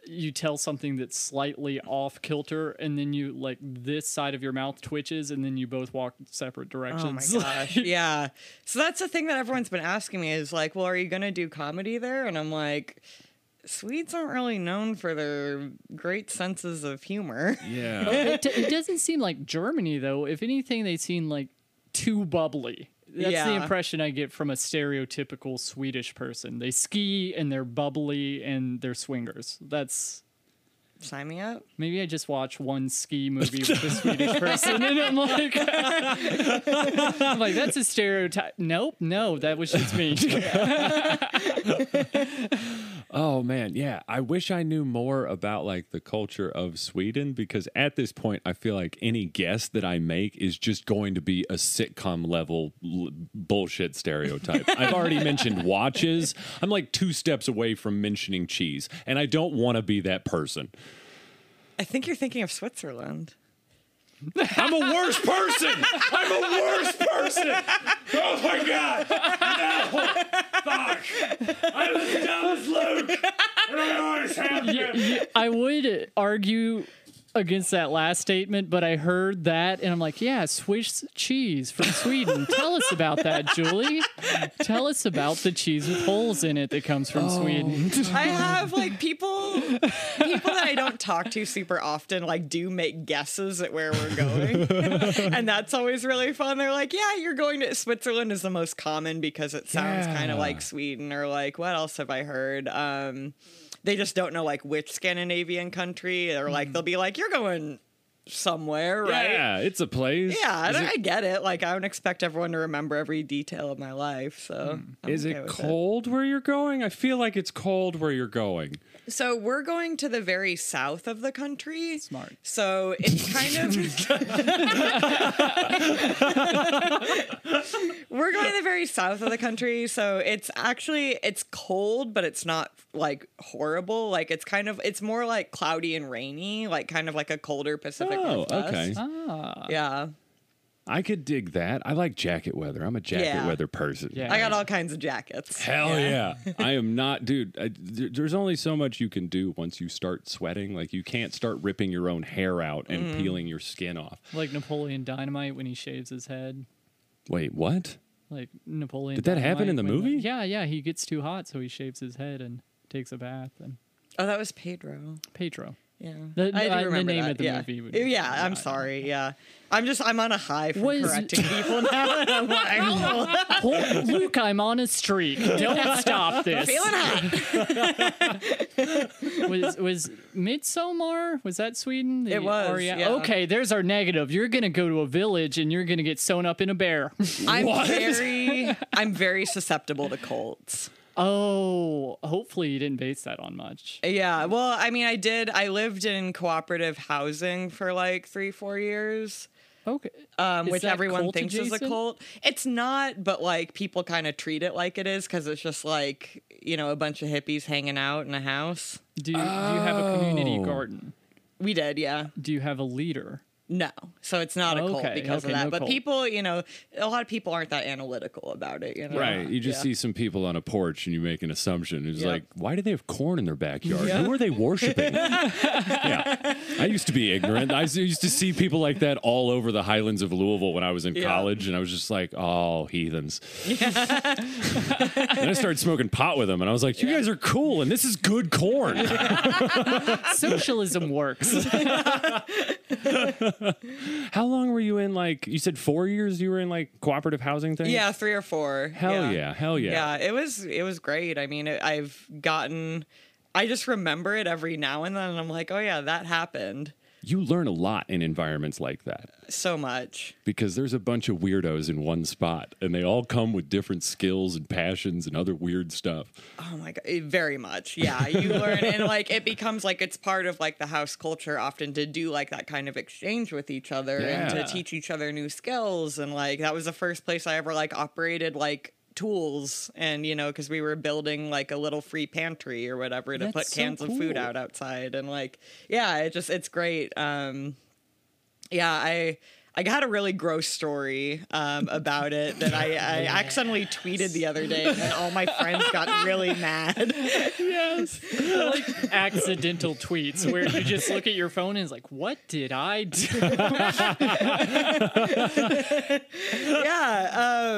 Speaker 1: you tell something that's slightly off kilter and then you like this side of your mouth twitches and then you both walk separate
Speaker 3: Oh my
Speaker 1: directions.
Speaker 3: gosh. yeah. So that's the thing that everyone's been asking me is like, well, are you going to do comedy there? And I'm like, Swedes aren't really known for their great senses of humor.
Speaker 2: Yeah.
Speaker 1: it, it doesn't seem like Germany though. If anything they seem like too bubbly. That's the
Speaker 3: Yeah.
Speaker 1: impression I get from a stereotypical Swedish person. They ski and they're bubbly and they're swingers. That's
Speaker 3: Sign me up.
Speaker 1: Maybe I just watch one ski movie with a Swedish person, and I'm like, I'm like, that's a stereotype. Nope, no, that was just me.
Speaker 2: Oh man, yeah. I wish I knew more about like the culture of Sweden because at this point I feel like any guess that I make is just going to be a sitcom level l- bullshit stereotype. I've already mentioned watches. I'm like 2 steps away from mentioning cheese and I don't want to be that person.
Speaker 3: I think you're thinking of Switzerland.
Speaker 2: I'm a worse person. I'm a worse person. Oh my god. No. Fuck. I'm as dumb as Luke. And I always have
Speaker 1: Y- y- I would argue against that last statement, but I heard that, and I'm like, yeah, Swiss cheese from Sweden. Tell us about that, Julie. Tell us about the cheese with holes in it that comes from
Speaker 2: Oh.
Speaker 1: Sweden.
Speaker 3: I have like people people that I don't talk to super often like do make guesses at where we're going. and that's always really fun. They're like, "Yeah, you're going to Switzerland is the most common because it sounds kind
Speaker 2: Yeah.
Speaker 3: of like Sweden or like what else have I heard? Um they just don't know like which Scandinavian country or like they'll be like, "You're going somewhere, right?"
Speaker 2: Hmm. Yeah, it's a place.
Speaker 3: Yeah,
Speaker 2: Is
Speaker 3: and I
Speaker 2: it,
Speaker 3: get it. Like, I don't expect everyone to remember every detail of my life. So, I'm
Speaker 2: Hmm. is
Speaker 3: okay
Speaker 2: it
Speaker 3: with
Speaker 2: cold where you're going? I feel like it's cold where you're going.
Speaker 3: So we're going to the very south of the country.
Speaker 1: Smart.
Speaker 3: So it's kind of We're going to the very south of the country, so it's actually it's cold, but it's not like horrible. Like it's kind of it's more like cloudy and rainy, like kind of like a colder Pacific
Speaker 2: Oh,
Speaker 3: Northwest.
Speaker 2: okay.
Speaker 1: Ah,
Speaker 3: Yeah.
Speaker 2: I could dig that. I like jacket weather. I'm a jacket
Speaker 3: Yeah.
Speaker 2: weather person.
Speaker 1: Yeah.
Speaker 3: I got all kinds of jackets.
Speaker 2: Hell yeah. I am not, dude. I, there- there's only so much you can do once you start sweating. Like, you can't start ripping your own hair out and
Speaker 3: Mm-hmm.
Speaker 2: peeling your skin off.
Speaker 1: like Napoleon Dynamite when he shaves his head.
Speaker 2: Wait, what?
Speaker 1: like Napoleon.
Speaker 2: Did that happen in
Speaker 1: Dynamite
Speaker 2: the
Speaker 1: when, like-
Speaker 2: movie?
Speaker 1: yeah, yeah. He gets too hot, so he shaves his head and takes a bath. And
Speaker 3: Oh, that was Pedro.
Speaker 1: Pedro.
Speaker 3: Yeah,
Speaker 1: The-
Speaker 3: I do
Speaker 1: uh, the
Speaker 3: remember
Speaker 1: name
Speaker 3: that.
Speaker 1: of the
Speaker 3: yeah.
Speaker 1: movie would-
Speaker 3: Yeah,
Speaker 1: yeah, I know.
Speaker 3: I'm sorry. Yeah, I'm just I'm on a high from
Speaker 1: Was-
Speaker 3: correcting people now. and I'm like, I'm
Speaker 1: Hol- Luke, I'm on a streak. Don't stop this.
Speaker 3: feeling hot.
Speaker 1: Was was Midsommar? Was that Sweden? The
Speaker 3: It was, yeah.
Speaker 1: Okay, there's our negative. You're gonna go to a village and you're gonna get sewn up in a bear.
Speaker 3: I'm
Speaker 2: What?
Speaker 3: very I'm very susceptible to colds.
Speaker 1: oh, hopefully you didn't base that on much.
Speaker 3: Yeah, well, I mean, I did. I lived in cooperative housing for like three, four years,
Speaker 1: Okay.
Speaker 3: um,
Speaker 1: Is
Speaker 3: which
Speaker 1: that
Speaker 3: everyone
Speaker 1: cult
Speaker 3: thinks is a
Speaker 1: adjacent?
Speaker 3: cult. It's not, but like people kind of treat it like it is because it's just like you know a bunch of hippies hanging out in a house.
Speaker 1: Do you, do you have a community
Speaker 2: Oh.
Speaker 1: garden?
Speaker 3: We did, yeah.
Speaker 1: Do you have a leader?
Speaker 3: No. So it's not a
Speaker 1: Okay,
Speaker 3: cult because
Speaker 1: okay,
Speaker 3: of that.
Speaker 1: no
Speaker 3: but
Speaker 1: cult.
Speaker 3: people, you know, a lot of people aren't that analytical about it, you know.
Speaker 2: Right. You just
Speaker 3: Yeah.
Speaker 2: see some people on a porch and you make an assumption. It's
Speaker 3: Yep.
Speaker 2: like, why do they have corn in their backyard? Who are they worshiping? yeah. I used to be ignorant. I used to see people like that all over the highlands of Louisville when I was in
Speaker 3: Yeah.
Speaker 2: college. And I was just like, oh, heathens. and I started smoking pot with them. And I was like, you guys are cool. And this is good corn.
Speaker 1: Socialism works.
Speaker 2: How long were you in, like, you said four years you were in, like, cooperative housing thing?
Speaker 3: Yeah, three or four.
Speaker 2: Hell yeah. Hell yeah.
Speaker 3: Yeah, it was it was great. I mean, it, I've gotten I just remember it every now and then and I'm like, "Oh yeah, that happened."
Speaker 2: you learn a lot in environments like that
Speaker 3: so much.
Speaker 2: because there's a bunch of weirdos in one spot and they all come with different skills and passions and other weird stuff.
Speaker 3: Oh my god, eh, very much. Yeah, you learn and like it becomes like it's part of like the house culture often to do like that kind of exchange with each other and
Speaker 2: Yeah.
Speaker 3: to teach each other new skills and like that was the first place I ever like operated like tools and you know because we were building like a little free pantry or whatever to
Speaker 1: That's
Speaker 3: put
Speaker 1: so
Speaker 3: cans of food
Speaker 1: cool.
Speaker 3: out outside and like yeah it just it's great um yeah i i got a really gross story um about it that i i accidentally tweeted the other day and all my friends got really mad
Speaker 1: Yes. like accidental tweets where you just look at your phone and it's like, what did I do?
Speaker 3: yeah
Speaker 1: Oh.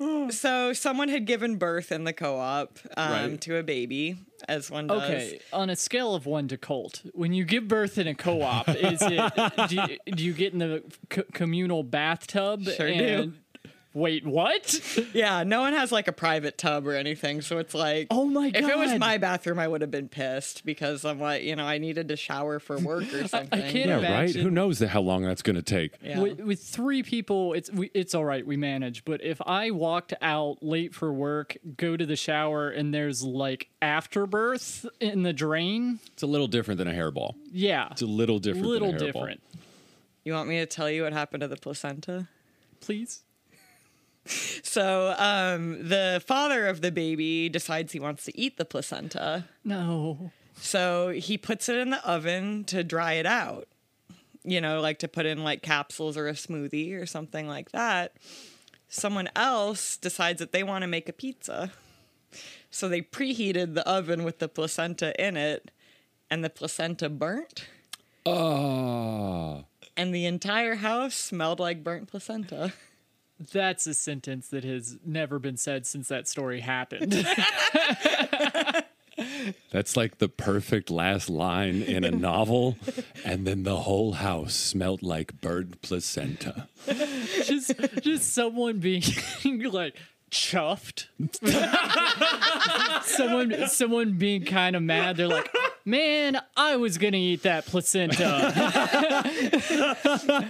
Speaker 3: um so someone had given birth in the co-op um
Speaker 2: Right.
Speaker 3: to a baby as one does
Speaker 1: Okay, on a scale of one to cult, when you give birth in a co-op, is it do you, do you get in the c- communal bathtub?
Speaker 3: Sure do.
Speaker 1: and, Wait, what?
Speaker 3: Yeah, no one has like a private tub or anything, so it's like,
Speaker 1: Oh my
Speaker 3: If it was
Speaker 1: God.
Speaker 3: my bathroom, I would have been pissed because I'm like, you know, I needed to shower for work or something.
Speaker 1: can't-
Speaker 2: Yeah, right?
Speaker 1: Imagine-
Speaker 2: Who knows the- how long that's going to take?
Speaker 3: Yeah.
Speaker 1: With, with three people, it's we, it's all right. We manage. But if I walked out late for work, go to the shower, and there's like afterbirth in the drain,
Speaker 2: It's a little different than a hairball.
Speaker 1: yeah,
Speaker 2: It's a little different.
Speaker 1: little
Speaker 2: than a hairball.
Speaker 1: different.
Speaker 3: You want me to tell you what happened to the placenta?
Speaker 1: Please.
Speaker 3: So, um, the father of the baby decides he wants to eat the placenta.
Speaker 1: No.
Speaker 3: So he puts it in the oven to dry it out, you know, like to put in like capsules or a smoothie or something like that. Someone else decides that they want to make a pizza. So they preheated the oven with the placenta in it, and the placenta burnt,
Speaker 2: Oh.
Speaker 3: and the entire house smelled like burnt placenta.
Speaker 1: That's a sentence that has never been said since that story happened.
Speaker 2: That's like the perfect last line in a novel. and then the whole house smelt like bird placenta.
Speaker 1: just just someone being like chuffed. someone someone being kind of mad. They're like, "Man, I was going to eat that placenta."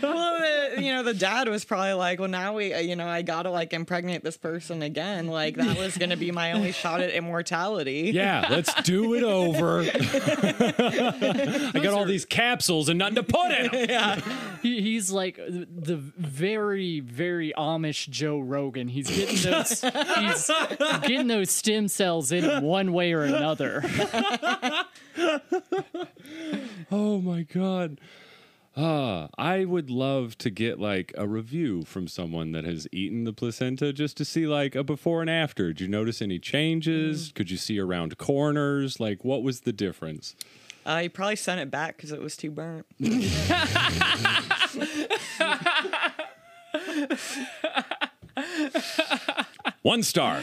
Speaker 3: well, the, you know, the dad was probably like, "Well, now we, you know, I gotta like impregnate this person again. Like that was gonna be my only shot at immortality."
Speaker 2: Yeah, let's do it over. I got all these capsules and nothing to put in 'em.
Speaker 1: He, he's like uh, the very very Amish Joe Rogan. He's getting those he's getting those stem cells in him one way or another.
Speaker 2: Oh my god. Uh, I would love to get like a review from someone that has eaten the placenta just to see like a before and after. Did you notice any changes? Could you see around corners? Like what was the difference?
Speaker 3: Uh, you probably sent it back because it was too burnt.
Speaker 2: One star.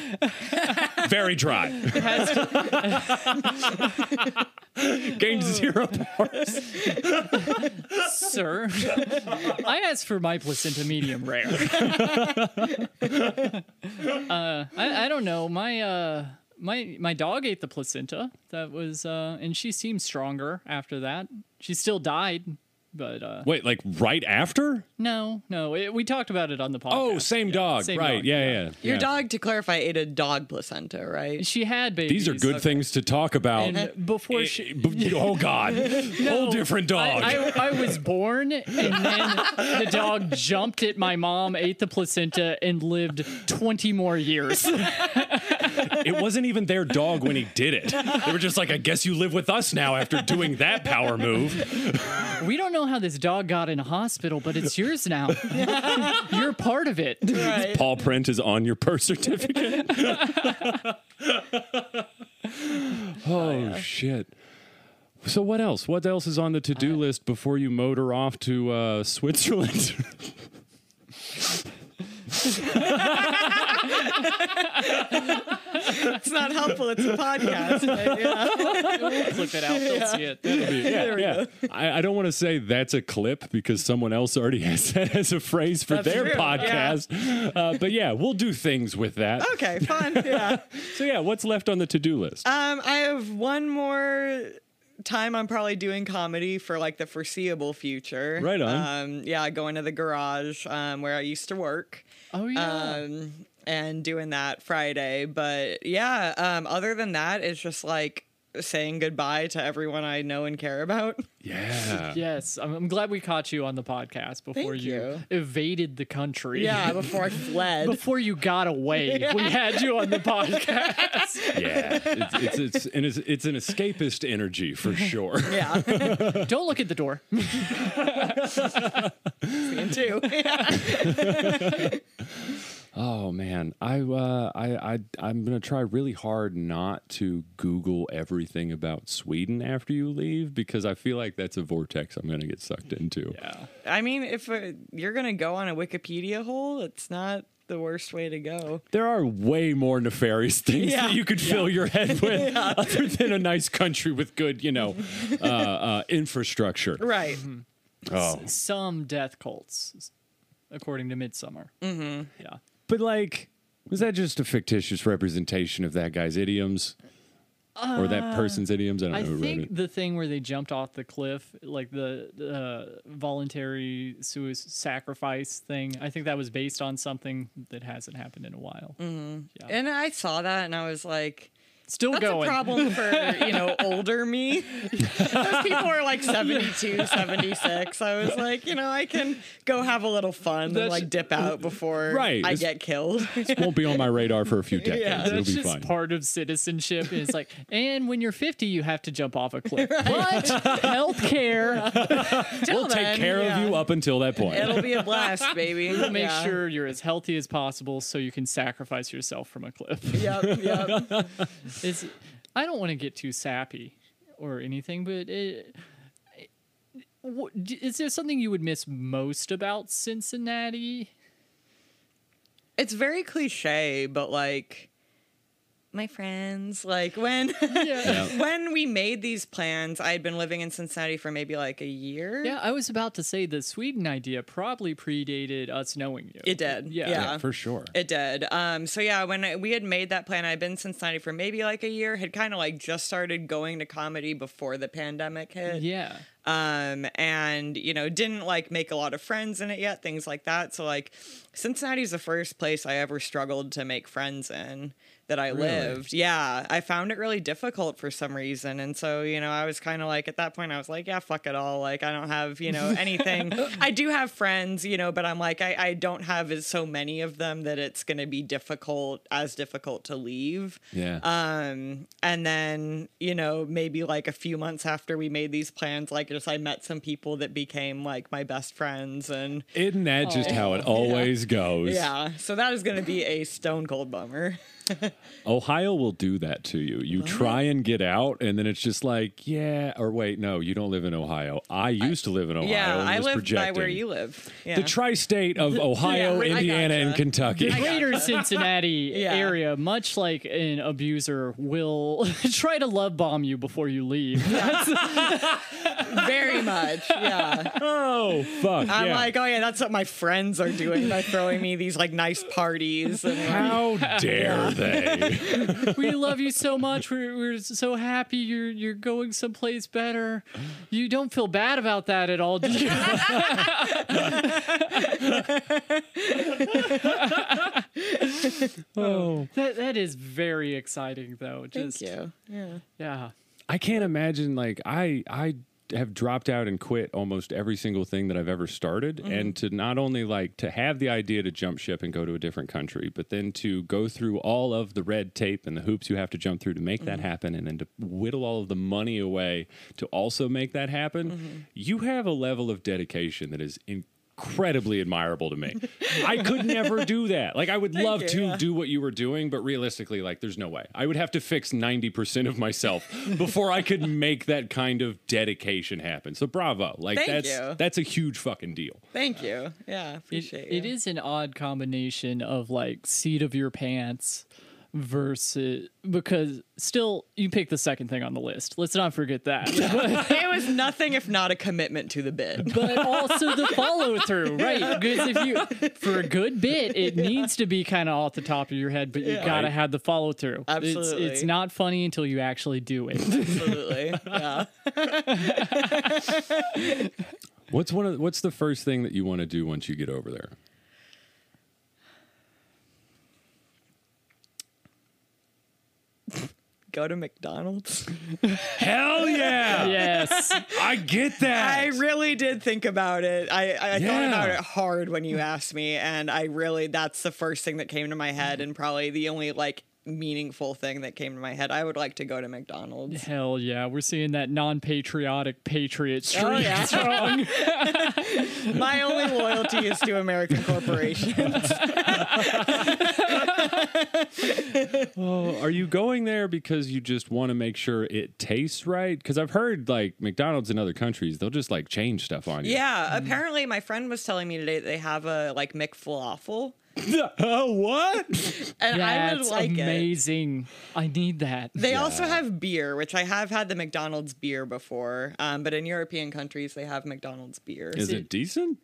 Speaker 2: Very dry. Gained zero bars.
Speaker 1: Sir, I asked for my placenta medium rare. uh, I, I don't know. My uh, my my dog ate the placenta. That was, uh, and she seemed stronger after that. She still died, but uh,
Speaker 2: Wait, like right after?
Speaker 1: no, no. It, we talked about it on the podcast.
Speaker 2: Oh, same dog.
Speaker 1: same
Speaker 2: right.
Speaker 1: dog,
Speaker 2: yeah, yeah.
Speaker 1: yeah.
Speaker 3: Your
Speaker 2: yeah.
Speaker 3: dog, to clarify, ate a dog placenta, right?
Speaker 1: She had babies. uh,
Speaker 2: These are good things to talk about.
Speaker 1: And before she,
Speaker 2: oh God, whole
Speaker 1: No,
Speaker 2: different dog.
Speaker 1: I, I, I was born, and then the dog jumped at my mom, ate the placenta, and lived twenty more years.
Speaker 2: it wasn't even their dog when he did it. They were just like, I guess you live with us now after doing that power move.
Speaker 1: We don't know how this dog got in a hospital, but it's yours now. You're part of it.
Speaker 3: Right.
Speaker 2: Paul Print is on your birth certificate. oh, shit. So what else? What else is on the to-do
Speaker 1: Uh,
Speaker 2: list before you motor off to uh, Switzerland?
Speaker 3: It's not helpful. It's a podcast. but, yeah.
Speaker 1: Clip it out. They'll see it.
Speaker 2: yeah, yeah. I, I don't want to say that's a clip because someone else already has that as a phrase for
Speaker 3: That's
Speaker 2: their
Speaker 3: true,
Speaker 2: podcast. Uh, but yeah, we'll do things with that.
Speaker 3: Okay, fun. Yeah. uh,
Speaker 2: So yeah, what's left on the to-do list?
Speaker 3: Um, I have one more time I'm probably doing comedy for like the foreseeable future.
Speaker 2: Right on.
Speaker 3: Um, yeah, going to the garage um, where I used to work.
Speaker 1: Oh yeah.
Speaker 3: um, and doing that Friday. But yeah, um, other than that, it's just like saying goodbye to everyone I know and care about.
Speaker 2: Yeah.
Speaker 1: yes, I'm, I'm glad we caught you on the podcast before
Speaker 3: Thank
Speaker 1: you,
Speaker 3: you.
Speaker 1: evaded the country.
Speaker 3: Yeah, before I fled.
Speaker 1: Before you got away, we had you on the podcast.
Speaker 2: Yeah. It's, it's, it's, and it's, it's an escapist energy for sure.
Speaker 3: yeah,
Speaker 1: Don't look at the door.
Speaker 3: me too.
Speaker 2: Oh man, I uh, I I I'm gonna try really hard not to Google everything about Sweden after you leave because I feel like that's a vortex I'm gonna get sucked into.
Speaker 1: Yeah.
Speaker 3: I mean, if uh, you're gonna go on a Wikipedia hole, it's not the worst way to go.
Speaker 2: There are way more nefarious things
Speaker 3: Yeah.
Speaker 2: that you could fill your head with other than a nice country with good, you know, uh, uh, infrastructure.
Speaker 3: Right.
Speaker 2: Oh,
Speaker 1: Some death cults, according to Midsummer. Mm-hmm. Yeah.
Speaker 2: but like, was that just a fictitious representation of that guy's idioms? or that person's idioms. I don't
Speaker 1: I
Speaker 2: know who wrote
Speaker 1: think
Speaker 2: it.
Speaker 1: the thing where they jumped off the cliff, like the uh, voluntary suicide sacrifice thing, I think that was based on something that hasn't happened in a while.
Speaker 3: Mm. And I saw that, and I was like.
Speaker 1: Still
Speaker 3: That's
Speaker 1: going.
Speaker 3: a problem for, you know, older me. Those people are like 72, 76. I was like, you know, I can go have a little fun and
Speaker 1: That's-
Speaker 3: like dip out before
Speaker 2: Right,
Speaker 3: I
Speaker 2: it's-
Speaker 3: get killed.
Speaker 2: Won't be on my radar for a few decades. It'll
Speaker 1: That's
Speaker 2: be
Speaker 1: just
Speaker 2: fine.
Speaker 1: part of citizenship. It's like, and when you're 50, you have to jump off a cliff. What? Healthcare.
Speaker 2: we'll take care of you up until that point.
Speaker 3: It'll be a blast, baby.
Speaker 1: We'll make
Speaker 3: Yeah.
Speaker 1: sure you're as healthy as possible so you can sacrifice yourself from a cliff.
Speaker 3: Yep, yep.
Speaker 1: It's, I don't want to get too sappy or anything, but it, wh- d- is there something you would miss most about Cincinnati?
Speaker 3: It's very cliche, but like my friends, like when
Speaker 1: Yeah.
Speaker 3: when we made these plans, I had been living in Cincinnati for maybe like a year.
Speaker 1: Yeah, I was about to say the Sweden idea probably predated us knowing you.
Speaker 3: It did.
Speaker 1: Yeah.
Speaker 3: Yeah.
Speaker 2: for sure.
Speaker 3: It did. Um, so yeah, when I, we had made that plan, I'd been in Cincinnati for maybe like a year. Had kind of like just started going to comedy before the pandemic hit.
Speaker 1: Yeah.
Speaker 3: Um, and you know didn't like make a lot of friends in it yet, things like that. So like, Cincinnati's the first place I ever struggled to make friends in that I lived. Yeah, I found it really difficult for some reason, and so you know I was kind of like at that point I was like, yeah, fuck it all. Like I don't have you know anything. I do have friends, you know, but I'm like I I don't have as so many of them that it's gonna be difficult as difficult to leave.
Speaker 2: Yeah.
Speaker 3: Um, and then, you know, maybe like a few months after we made these plans, like just I met some people that became like my best friends and
Speaker 2: Isn't that just how it always goes?
Speaker 3: yeah. So that is gonna be a stone cold bummer.
Speaker 2: Ohio will do that to you. You
Speaker 3: Oh.
Speaker 2: try and get out, and then it's just like, yeah, or wait, no, you don't live in Ohio. I used to live in Ohio.
Speaker 3: yeah,
Speaker 2: and
Speaker 3: I
Speaker 2: was
Speaker 3: live
Speaker 2: projecting.
Speaker 3: by where you live. Yeah.
Speaker 2: The tri-state of Ohio,
Speaker 3: I
Speaker 2: Indiana, and
Speaker 3: gotcha.
Speaker 2: Kentucky.
Speaker 1: greater Cincinnati
Speaker 3: Yeah.
Speaker 1: area, much like an abuser, will try to love bomb you before you leave.
Speaker 3: Very much. Yeah.
Speaker 2: Oh fuck!
Speaker 3: I'm
Speaker 2: yeah.
Speaker 3: like, oh yeah, that's what my friends are doing by throwing me these like nice parties and like,
Speaker 2: how dare they?
Speaker 1: we love you so much. We're, we're so happy you're you're going someplace better. You don't feel bad about that at all, do you?
Speaker 2: Oh,
Speaker 1: that that is very exciting, though. Just,
Speaker 3: thank you. Yeah.
Speaker 1: Yeah.
Speaker 2: I can't imagine. Like I, I have dropped out and quit almost every single thing that I've ever started, and to not only like to have the idea to jump ship and go to a different country, but then to go through all of the red tape and the hoops you have to jump through to make that happen, and then to whittle all of the money away to also make that happen. You have a level of dedication that is Incredibly admirable to me. I could never do that. Like, I would love
Speaker 3: you,
Speaker 2: to
Speaker 3: yeah.
Speaker 2: do what you were doing, but realistically, like, there's no way. I would have to fix 90% of myself before I could make that kind of dedication happen. So, bravo. Like,
Speaker 3: Thank
Speaker 2: that's
Speaker 3: you.
Speaker 2: that's a huge fucking deal.
Speaker 3: Thank you. Yeah.
Speaker 1: It,
Speaker 3: Appreciate
Speaker 1: it
Speaker 3: you.
Speaker 1: is an odd combination of like seat of your pants versus because still you pick the second thing on the list. Let's not forget that.
Speaker 3: it was nothing if not a commitment to the bit.
Speaker 1: but also the follow through, right? Because if you for a good bit, it needs to be kind of off the top of your head, but you gotta
Speaker 2: Right.
Speaker 1: have the follow through. it's, it's
Speaker 3: Absolutely.
Speaker 1: not funny until you actually do it.
Speaker 3: Absolutely. Yeah.
Speaker 2: What's one of what's the first thing that you want to do once you get over there?
Speaker 3: Go to McDonald's.
Speaker 2: Hell yeah!
Speaker 1: yes,
Speaker 2: I get that.
Speaker 3: I really did think about it. I, I I thought
Speaker 2: Yeah.
Speaker 3: about it hard when you asked me, and I really that's the first thing that came to my head, and probably the only like meaningful thing that came to my head. I would like to go to McDonald's.
Speaker 1: hell yeah, we're seeing that non-patriotic patriot streak
Speaker 3: Oh, yeah.
Speaker 1: strong.
Speaker 3: my only loyalty is to American corporations.
Speaker 2: Oh, are you going there because you just want to make sure it tastes right? Because I've heard like McDonald's in other countries, they'll just like change stuff on you.
Speaker 3: yeah, apparently my friend was telling me today that they have a like McFalafel,
Speaker 2: Oh, what?
Speaker 3: and I would
Speaker 1: That's
Speaker 3: like it.
Speaker 1: amazing. I need that.
Speaker 3: They also have beer, which I have had the McDonald's beer before, um, but in European countries they have McDonald's beer.
Speaker 2: Is it decent?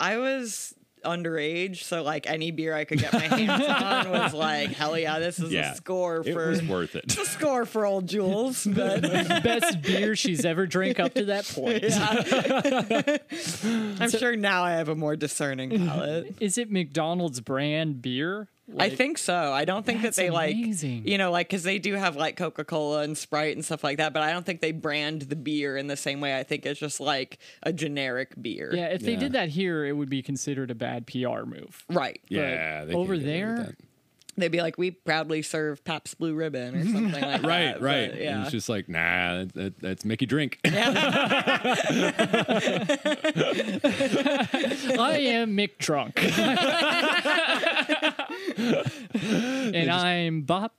Speaker 3: I was underage, so like any beer I could get my hands on was like, hell yeah, this is
Speaker 2: Yeah,
Speaker 3: a score
Speaker 2: It
Speaker 3: for
Speaker 2: was worth it.
Speaker 3: a score for old Jules. But
Speaker 1: Best beer she's ever drank up to that point.
Speaker 3: I'm sure now I have a more discerning palate.
Speaker 1: Is it McDonald's brand beer?
Speaker 3: I think so. I don't think
Speaker 1: That's
Speaker 3: that they
Speaker 1: amazing.
Speaker 3: like, you know, like because they do have like Coca Cola and Sprite and stuff like that, but I don't think they brand the beer in the same way. I think it's just like a generic beer.
Speaker 1: Yeah, if they
Speaker 2: Yeah.
Speaker 1: did that here, it would be considered a bad PR move.
Speaker 3: Right.
Speaker 2: Yeah,
Speaker 1: over
Speaker 2: they can't get away with
Speaker 1: there-
Speaker 2: that.
Speaker 3: They'd be like, we proudly serve Pabst Blue Ribbon or something like that.
Speaker 2: Right,
Speaker 3: but
Speaker 2: right. And
Speaker 3: yeah.
Speaker 2: it's just like, nah, that, that, that's Mickey drink.
Speaker 1: I am Mick Drunk. and I'm Bop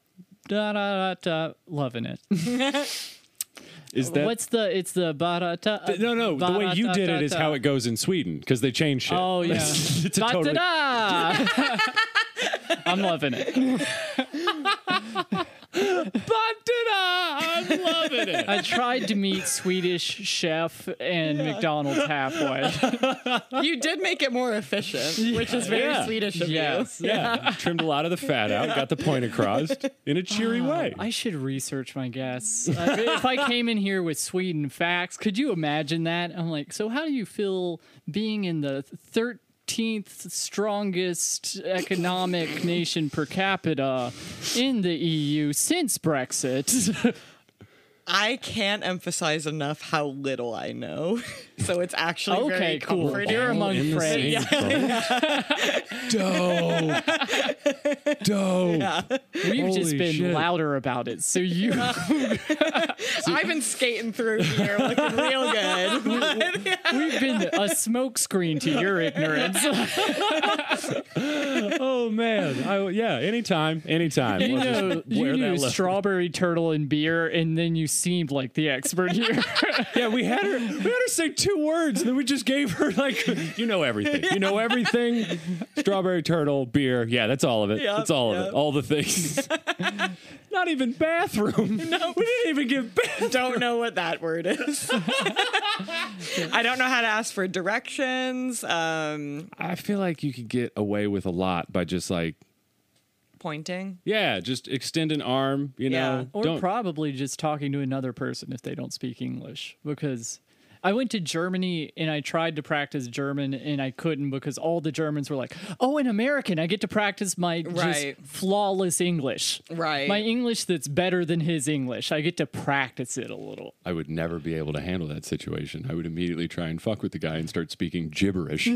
Speaker 1: da da da da loving it.
Speaker 2: Is that
Speaker 1: What's the it's the ba da da
Speaker 2: Th- no, no. The way you did it is how it goes in Sweden because they changed shit.
Speaker 1: Oh yeah.
Speaker 2: it's a
Speaker 1: Ba da
Speaker 2: totally-
Speaker 1: da. I'm loving it.
Speaker 2: Ba-da-da, I'm loving it.
Speaker 1: I tried to meet Swedish chef and McDonald's halfway.
Speaker 3: You did make it more efficient, which is very
Speaker 2: Yeah.
Speaker 3: Swedish of
Speaker 1: Yes.
Speaker 2: Yeah, trimmed a lot of the fat out, got the point across in a cheery way.
Speaker 1: Oh, I should research my guess. Uh, if I came in here with Sweden facts, could you imagine that? I'm like, so how do you feel being in the 13th strongest economic nation per capita in the EU since Brexit?
Speaker 3: you. I can't emphasize enough how little I know, so it's actually
Speaker 1: okay,
Speaker 3: very
Speaker 1: cool.
Speaker 3: comforting.
Speaker 1: You're among
Speaker 2: in the
Speaker 1: friends.
Speaker 2: same boat. Dope. Dope.
Speaker 1: We've just
Speaker 2: Holy
Speaker 1: been
Speaker 2: shit.
Speaker 1: louder about it. So you,
Speaker 3: I've been skating through here looking real good.
Speaker 1: we've been a smokescreen to your ignorance.
Speaker 2: Oh man. I, yeah. Anytime. Anytime.
Speaker 1: You
Speaker 2: We'll just
Speaker 1: know,
Speaker 2: wear
Speaker 1: you
Speaker 2: that
Speaker 1: knew
Speaker 2: left-
Speaker 1: strawberry turtle and beer, and then you seemed like the expert here.
Speaker 2: Yeah, we had her. We had her say two words, and then we just gave her like, you know everything. You know everything. Strawberry turtle beer. Yeah, that's all of it.
Speaker 3: Yep,
Speaker 2: that's all of
Speaker 3: yep.
Speaker 2: it. All the things. Not even bathroom. No, we didn't even give bath.
Speaker 3: Don't know what that word is. I don't know how to ask for directions, um,
Speaker 2: I feel like you could get away with a lot by just like,
Speaker 3: pointing.
Speaker 2: yeah, just extend an arm. You
Speaker 3: Yeah.
Speaker 2: know,
Speaker 1: or
Speaker 2: Don't-
Speaker 1: probably just talking to another person if they don't speak English. Because I went to Germany and I tried to practice German and I couldn't because all the Germans were like, "Oh, an American, I get to practice my
Speaker 3: Right.
Speaker 1: just flawless English,
Speaker 3: Right.
Speaker 1: My English that's better than his English. I get to practice it a little."
Speaker 2: I would never be able to handle that situation. I would immediately try and fuck with the guy and start speaking gibberish.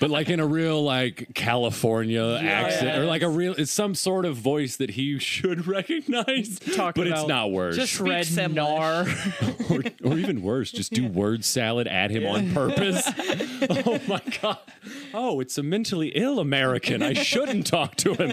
Speaker 2: but like in a real like California accent or like a real it's some sort of voice that he should recognize.
Speaker 1: Talk
Speaker 2: but it's
Speaker 1: about
Speaker 2: not worse.
Speaker 1: Just shred
Speaker 3: Simlish.
Speaker 1: gnar.
Speaker 2: or, or even worse, just do word salad at him on purpose. oh my god. Oh, it's a mentally ill American. I shouldn't talk to him.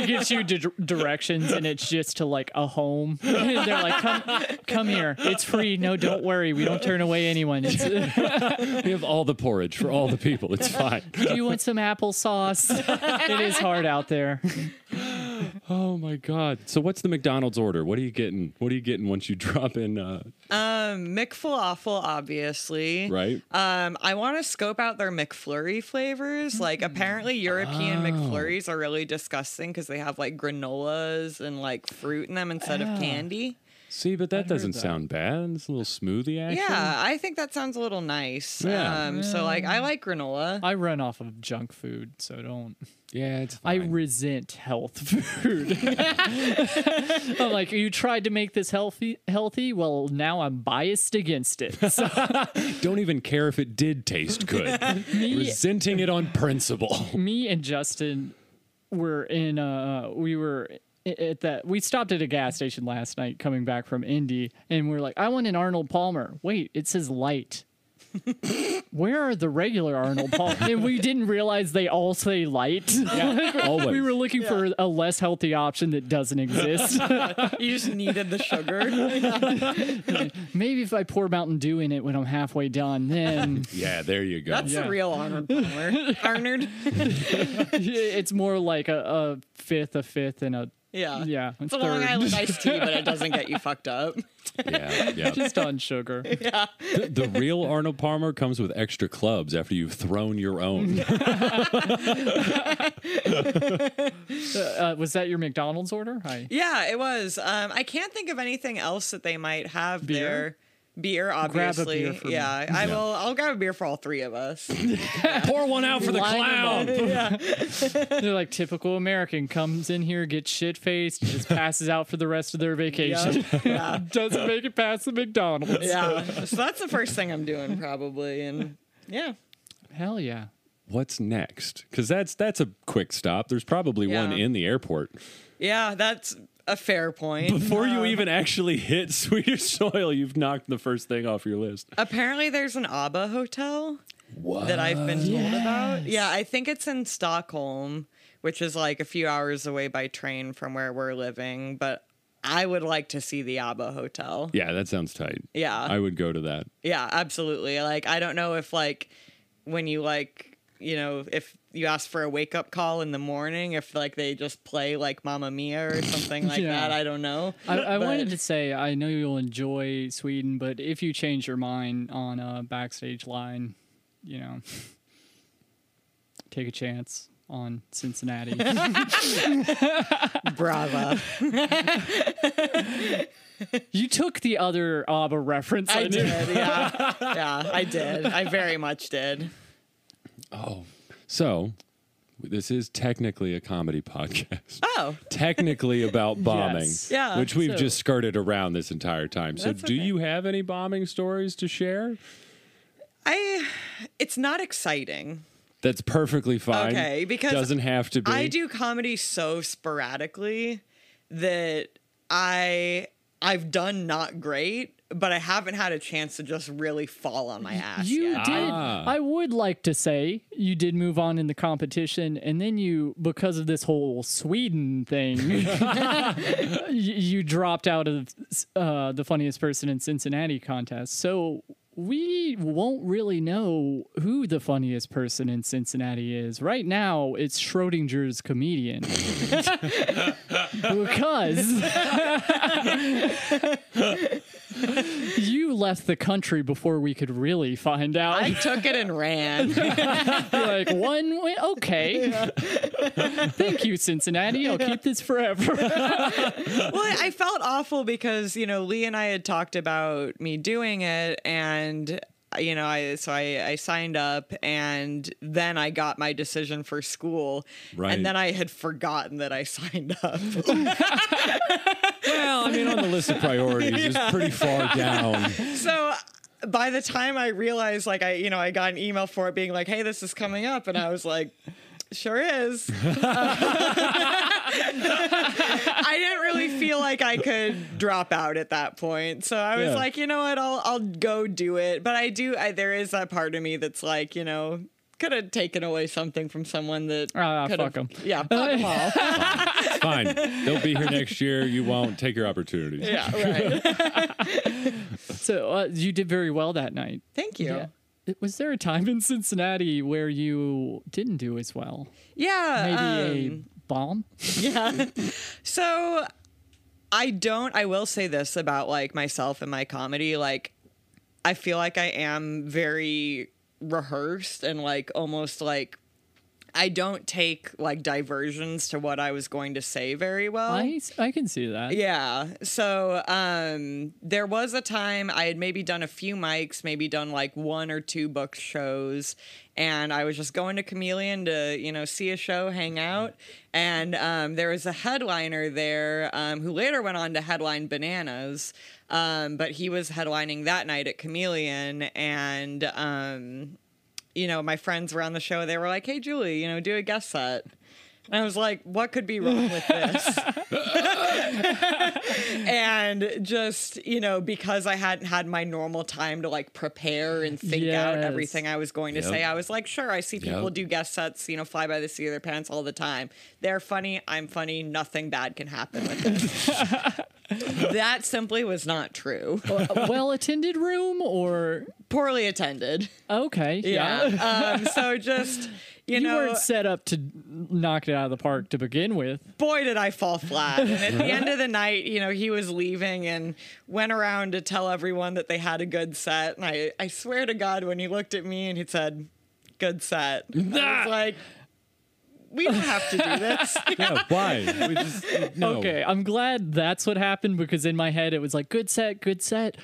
Speaker 1: he gives you di- directions and it's just to like a home and they're like come come here it's free no don't worry we don't turn away anyone it's, do
Speaker 2: We have all the porridge for all the people. It's fine.
Speaker 1: you want some applesauce it is hard out there
Speaker 2: Oh my god. So what's the McDonald's order? What are you getting? What are you getting once you drop in uh
Speaker 3: Um, McFalafel, obviously.
Speaker 2: right?
Speaker 3: Um, I want to scope out their McFlurry
Speaker 1: Mm.
Speaker 3: flavors. Like, apparently, European
Speaker 2: Oh.
Speaker 3: McFlurries are really disgusting because they have like granolas and like fruit in them instead
Speaker 1: Oh.
Speaker 3: of candy.
Speaker 2: See, but that
Speaker 1: heard
Speaker 2: doesn't
Speaker 1: that.
Speaker 2: sound bad. It's a little smoothie action.
Speaker 3: Yeah, I think that sounds a little nice.
Speaker 2: Yeah.
Speaker 3: Um, so, like, I like granola.
Speaker 1: I run off of junk food, so don't.
Speaker 2: Yeah, it's
Speaker 1: I
Speaker 2: fine.
Speaker 1: resent health food. I'm like, you tried to make this healthy, healthy. Well, now I'm biased against it. So
Speaker 2: don't even care if it did taste good. Resenting it on principle.
Speaker 1: me and Justin were in. Uh, we were i- at that. We stopped at a gas station last night coming back from Indy, and we are like, I want an Arnold Palmer. Wait, it says light. Where are the regular Arnold Palmer? and we didn't realize they all say light.
Speaker 2: Always.
Speaker 1: We were looking for a less healthy option that doesn't exist.
Speaker 3: you just needed the sugar.
Speaker 1: Maybe if I pour Mountain Dew in it when I'm halfway done, then
Speaker 2: yeah, there you go.
Speaker 3: That's
Speaker 1: Yeah.
Speaker 3: the real Arnold Palmer. Arnold.
Speaker 1: it's more like a, a fifth, a fifth, and a
Speaker 3: Yeah.
Speaker 1: yeah, a
Speaker 3: It's a Long
Speaker 1: third.
Speaker 3: Island iced tea, but it doesn't get you fucked up.
Speaker 2: yeah, yeah.
Speaker 1: Just on sugar.
Speaker 2: The, the real Arnold Palmer comes with extra clubs after you've thrown your own.
Speaker 1: Uh, was that your McDonald's order? I
Speaker 3: Yeah, it was. Um, I can't think of anything else that they might have
Speaker 1: Beer?
Speaker 3: there. Beer,
Speaker 1: beer
Speaker 3: obviously.
Speaker 1: for me.
Speaker 3: yeah, I
Speaker 2: Yeah.
Speaker 3: will. I'll grab a beer for all three of us.
Speaker 2: Pour one out for the
Speaker 1: Line
Speaker 2: clown.
Speaker 1: They're like typical American comes in here, gets shit faced, just passes out for the rest of their vacation. Doesn't make it past the McDonald's.
Speaker 3: yeah. So that's the first thing I'm doing probably, and yeah,
Speaker 1: Hell yeah.
Speaker 2: What's next? Because that's that's a quick stop. There's probably one
Speaker 3: Yeah.
Speaker 2: in the airport
Speaker 3: yeah, that's a fair point.
Speaker 2: before you even actually hit Swedish soil. You've knocked the first thing off your list.
Speaker 3: Apparently, there's an ABBA hotel
Speaker 2: What?
Speaker 3: that I've been told about.
Speaker 1: Yes.
Speaker 3: Yeah, I think it's in Stockholm, which is like a few hours away by train from where we're living. But I would like to see the ABBA hotel.
Speaker 2: Yeah, that sounds tight.
Speaker 3: Yeah.
Speaker 2: I would go to that.
Speaker 3: Yeah, absolutely. Like I don't know if like when you like you know if you ask for a wake up call in the morning if like they just play like Mamma Mia or something like
Speaker 1: Yeah.
Speaker 3: that. I don't know.
Speaker 1: I, I
Speaker 3: But-
Speaker 1: wanted to say I know you'll enjoy Sweden, but if you change your mind on a backstage line, you know, take a chance on Cincinnati.
Speaker 3: Brava.
Speaker 1: you took the other ABBA reference.
Speaker 3: I
Speaker 1: knew.
Speaker 3: did. Yeah, yeah, I did. I very much did.
Speaker 2: So, this is technically a comedy podcast.
Speaker 3: Oh,
Speaker 2: technically about bombing,
Speaker 1: Yes.
Speaker 3: Yeah,
Speaker 2: which we've
Speaker 1: so-
Speaker 2: just skirted around this entire time. So,
Speaker 3: That's
Speaker 2: do
Speaker 3: okay.
Speaker 2: you have any bombing stories to share?
Speaker 3: I. It's not exciting.
Speaker 2: That's perfectly fine.
Speaker 3: Okay, because
Speaker 2: doesn't have to be.
Speaker 3: I do comedy so sporadically that I I've done not great, but I haven't had a chance to just really fall on my ass.
Speaker 1: You
Speaker 3: yet.
Speaker 1: did.
Speaker 2: Ah.
Speaker 1: I would like to say you did move on in the competition, and then you, because of this whole Sweden thing, you, you dropped out of uh, the funniest person in Cincinnati contest. So we won't really know who the funniest person in Cincinnati is. Right now, it's Schrodinger's comedian. because you left the country before we could really find out.
Speaker 3: I took it and ran.
Speaker 1: You're like one win. Okay. Thank you, Cincinnati. I'll keep this forever.
Speaker 3: well, I felt awful because you know Lee and I had talked about me doing it, and you know I so I, I signed up, and then I got my decision for school,
Speaker 2: Right.
Speaker 3: and then I had forgotten that I signed up.
Speaker 2: Well, I mean, on the list of priorities, it's pretty far down.
Speaker 3: so by the time I realized, like I, you know, I got an email for it being like, "Hey, this is coming up," and I was like, "Sure is." I didn't really feel like I could drop out at that point, so I was
Speaker 2: Yeah.
Speaker 3: like, "You know what? I'll I'll go do it." But I do. I, there is that part of me that's like, you know. Could have taken away something from someone that.
Speaker 1: Ah,
Speaker 3: could've-
Speaker 1: fuck 'em.
Speaker 3: Yeah, fuck 'em all.
Speaker 2: Fine, they'll be here next year. You won't take your opportunities.
Speaker 3: yeah, right.
Speaker 1: So uh, you did very well that night.
Speaker 3: Thank you.
Speaker 1: It- Was there a time in Cincinnati where you didn't do as well?
Speaker 3: Yeah.
Speaker 1: Maybe
Speaker 3: um,
Speaker 1: a bomb?
Speaker 3: yeah. So I don't I will say this about like myself and my comedy like I feel like I am very rehearsed and like almost like I don't take like diversions to what I was going to say very well.
Speaker 1: I, I can see that.
Speaker 3: uh, Yeah. So um, there was a time I had maybe done a few mics, maybe done like one or two book shows, and I was just going to Chameleon to you know see a show, hang out, and um, there was a headliner there um, who later went on to headline Bananas, um, but he was headlining that night at Chameleon, and um, you know my friends were on the show. They were like, "Hey, Julie, you know, do a guest set." And I was like, what could be wrong with this? and just, you know, because I hadn't had my normal time to like prepare and think out
Speaker 1: Yes.
Speaker 3: everything I was going to
Speaker 2: Yep.
Speaker 3: say, I was like, sure, I see people
Speaker 2: Yep.
Speaker 3: do guest sets, you know, fly by the seat of their pants all the time. They're funny, I'm funny, nothing bad can happen with this. that simply was not true.
Speaker 1: A well attended room or
Speaker 3: Poorly attended.
Speaker 1: okay, yeah.
Speaker 3: Yeah. um, so just, you,
Speaker 1: You,
Speaker 3: know,
Speaker 1: weren't set up to knock it out of the park to begin with.
Speaker 3: boy did I fall flat. And at the end of the night, you know, he was leaving and went around to tell everyone that they had a good set. And I, I swear to God, when he looked at me and he said, "Good set," I was like, "We don't have to do this."
Speaker 2: Yeah, why? We just, no.
Speaker 1: Okay, I'm glad that's what happened because in my head it was like, good set, good set.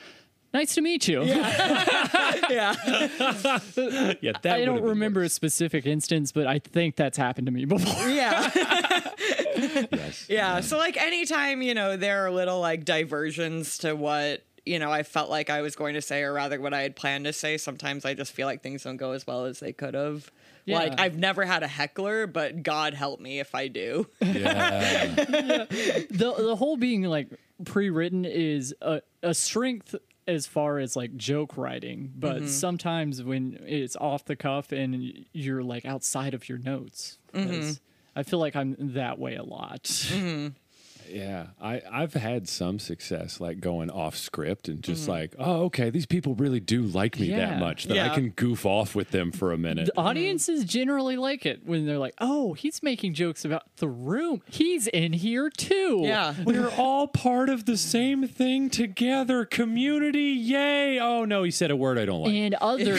Speaker 1: Nice to meet you.
Speaker 3: yeah,
Speaker 2: Yeah, that
Speaker 1: I
Speaker 2: would've
Speaker 1: don't
Speaker 2: been
Speaker 1: remember a
Speaker 2: worse.
Speaker 1: specific instance, but I think that's happened to me before.
Speaker 3: yeah.
Speaker 2: Yes.
Speaker 3: Yeah. So like anytime, you know, there are little like diversions to what, you know, I felt like I was going to say or rather what I had planned to say, sometimes I just feel like things don't go as well as they could have.
Speaker 1: Yeah.
Speaker 3: Like I've never had a heckler, but God help me if I do.
Speaker 2: Yeah.
Speaker 1: the the whole being like pre-written is a, a strength as far as like joke writing but sometimes when it's off the cuff and you're like outside of your notes 'cause i feel like i'm that way a lot
Speaker 2: Yeah, I I've had some success like going off script and just like, oh, okay, these people really do like me
Speaker 1: Mm-hmm. Yeah.
Speaker 2: that much that I
Speaker 3: Yeah.
Speaker 2: can goof off with them for a minute.
Speaker 1: the audiences generally like it when they're like oh he's making jokes about the room he's in here too
Speaker 3: Yeah.
Speaker 2: We're all part of the same thing together, community. Yay! Oh no, he said a word I don't like.
Speaker 1: and other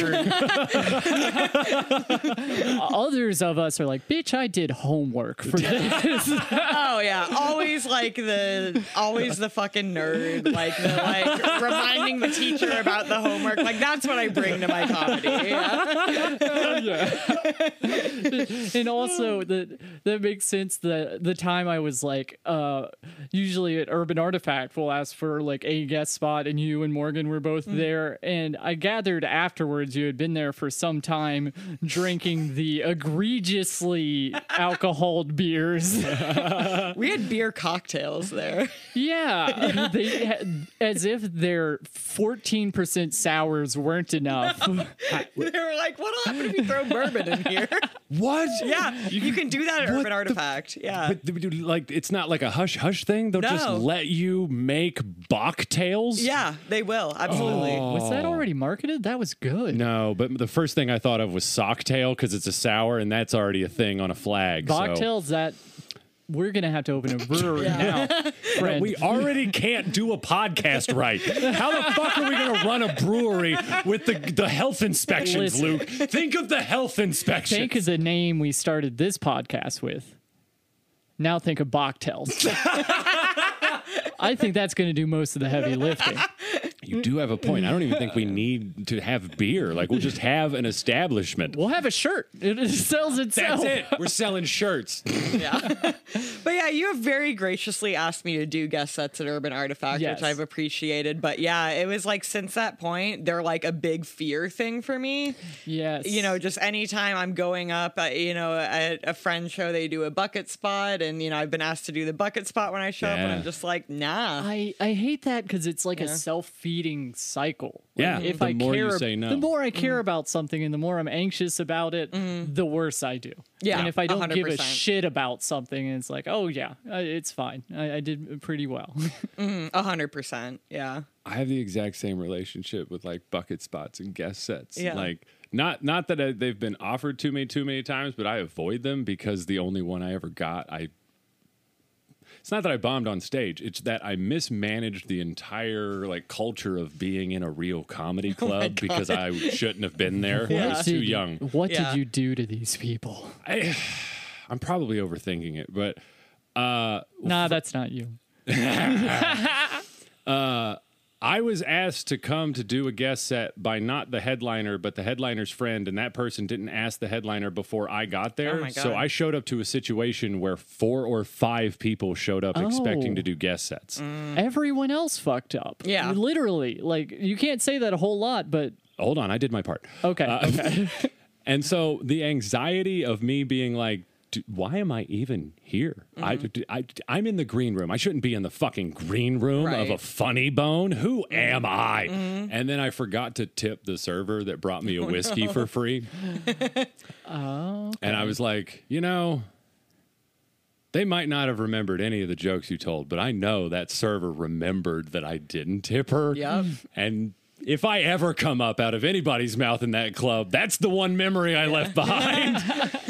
Speaker 1: others of us are like bitch i did homework for this
Speaker 3: Oh yeah. Always like the always the fucking nerd. Like the like reminding the teacher about the homework. Like that's what I bring to my comedy. Yeah.
Speaker 1: and also that that makes sense the the time i was like uh usually at urban artifact we'll ask for like a guest spot and you and morgan were both there and i gathered afterwards you had been there for some time drinking the egregiously alcoholed beers
Speaker 3: We had beer cocktails there.
Speaker 1: yeah they had, as if their 14% sours weren't enough
Speaker 3: they were like, what'll happen if you throw bourbon in here?
Speaker 2: What?
Speaker 3: Yeah, you, can do that at
Speaker 2: What
Speaker 3: Urban
Speaker 2: the-
Speaker 3: Artifact. yeah.
Speaker 2: But th- dude, like, it's not like a hush hush thing. They'll just
Speaker 3: No.
Speaker 2: let you make bocktails.
Speaker 3: yeah, they will. Absolutely.
Speaker 1: was that already marketed that was good
Speaker 2: Oh. No, but the first thing I thought of was socktail because it's a sour, and that's already a thing on a flag. so-
Speaker 1: Bocktails that we're gonna have to open a brewery now, friend.
Speaker 2: We already can't do a podcast right. How the fuck are we going to run a brewery with the, the health inspections,
Speaker 1: Listen.
Speaker 2: Luke? Think of the health inspections.
Speaker 1: think of the name we started this podcast with. Now think of Bocktails. I think that's gonna do most of the heavy lifting.
Speaker 2: you do have a point. I don't even think we need to have beer. Like, we'll just have an establishment.
Speaker 1: We'll have a shirt. It, it sells
Speaker 2: That's
Speaker 1: itself.
Speaker 2: it. We're selling shirts.
Speaker 3: yeah. but yeah, you have very graciously asked me to do guest sets at Urban Artifact,
Speaker 1: Yes.
Speaker 3: which I've appreciated. But yeah, it was like since that point, they're like a big fear thing for me.
Speaker 1: Yes.
Speaker 3: You know, just anytime I'm going up, uh, you know, at a friend show, they do a bucket spot. And, you know, I've been asked to do the bucket spot when I show up. And
Speaker 2: Yeah.
Speaker 3: I'm just like, nah.
Speaker 1: I, I hate that because it's like a
Speaker 3: Yeah.
Speaker 1: self-feeding cycle. Like,
Speaker 2: Yeah,
Speaker 1: if
Speaker 2: the
Speaker 1: I
Speaker 2: more you
Speaker 1: care,
Speaker 2: say no.
Speaker 1: the more I
Speaker 3: Mm-hmm.
Speaker 1: care about something, and the more I'm anxious about it, the worse I do.
Speaker 3: Yeah,
Speaker 1: and if I don't give a
Speaker 3: 100%.
Speaker 1: shit about something, and it's like, oh yeah, uh, it's fine. I, I did uh, pretty well.
Speaker 3: A hundred percent. Yeah.
Speaker 2: I have the exact same relationship with like bucket spots and guest sets.
Speaker 3: Yeah.
Speaker 2: Like Not not that I, they've been offered to me too many times, but I avoid them because the only one I ever got, I. It's not that I bombed on stage. It's that I mismanaged the entire like culture of being in a real comedy club because I shouldn't have been there. I was
Speaker 1: What
Speaker 2: too
Speaker 1: did you-
Speaker 2: young.
Speaker 1: What
Speaker 3: Yeah.
Speaker 1: did you do to these people?
Speaker 2: I, I'm probably overthinking it, but uh,
Speaker 1: Nah, that's not you.
Speaker 2: I was asked to come to do a guest set by not the headliner, but the headliner's friend, and that person didn't ask the headliner before I got there.
Speaker 3: Oh my
Speaker 2: So
Speaker 3: God.
Speaker 2: I showed up to a situation where four or five people showed up expecting
Speaker 1: Oh.
Speaker 2: to do guest sets.
Speaker 1: Everyone else fucked up.
Speaker 3: Mm. Yeah.
Speaker 1: Literally. Like, you can't say that a whole lot, but
Speaker 2: Hold on, I did my part.
Speaker 1: okay.
Speaker 2: Uh,
Speaker 1: okay.
Speaker 2: And so the anxiety of me being like, "D- why am I even here? I,
Speaker 1: Mm-hmm.
Speaker 2: d- I, am in the green room. I shouldn't be in the fucking green room of a
Speaker 3: Right.
Speaker 2: funny bone. Who
Speaker 1: Mm-hmm.
Speaker 2: am I? And then I forgot to tip the server that brought me a whiskey for free.
Speaker 1: oh.
Speaker 2: And I was like, you know, they might not have remembered any of the jokes you told, but I know that server remembered that I didn't tip her.
Speaker 3: Yep.
Speaker 2: And if I ever come up out of anybody's mouth in that club, that's the one memory I left behind.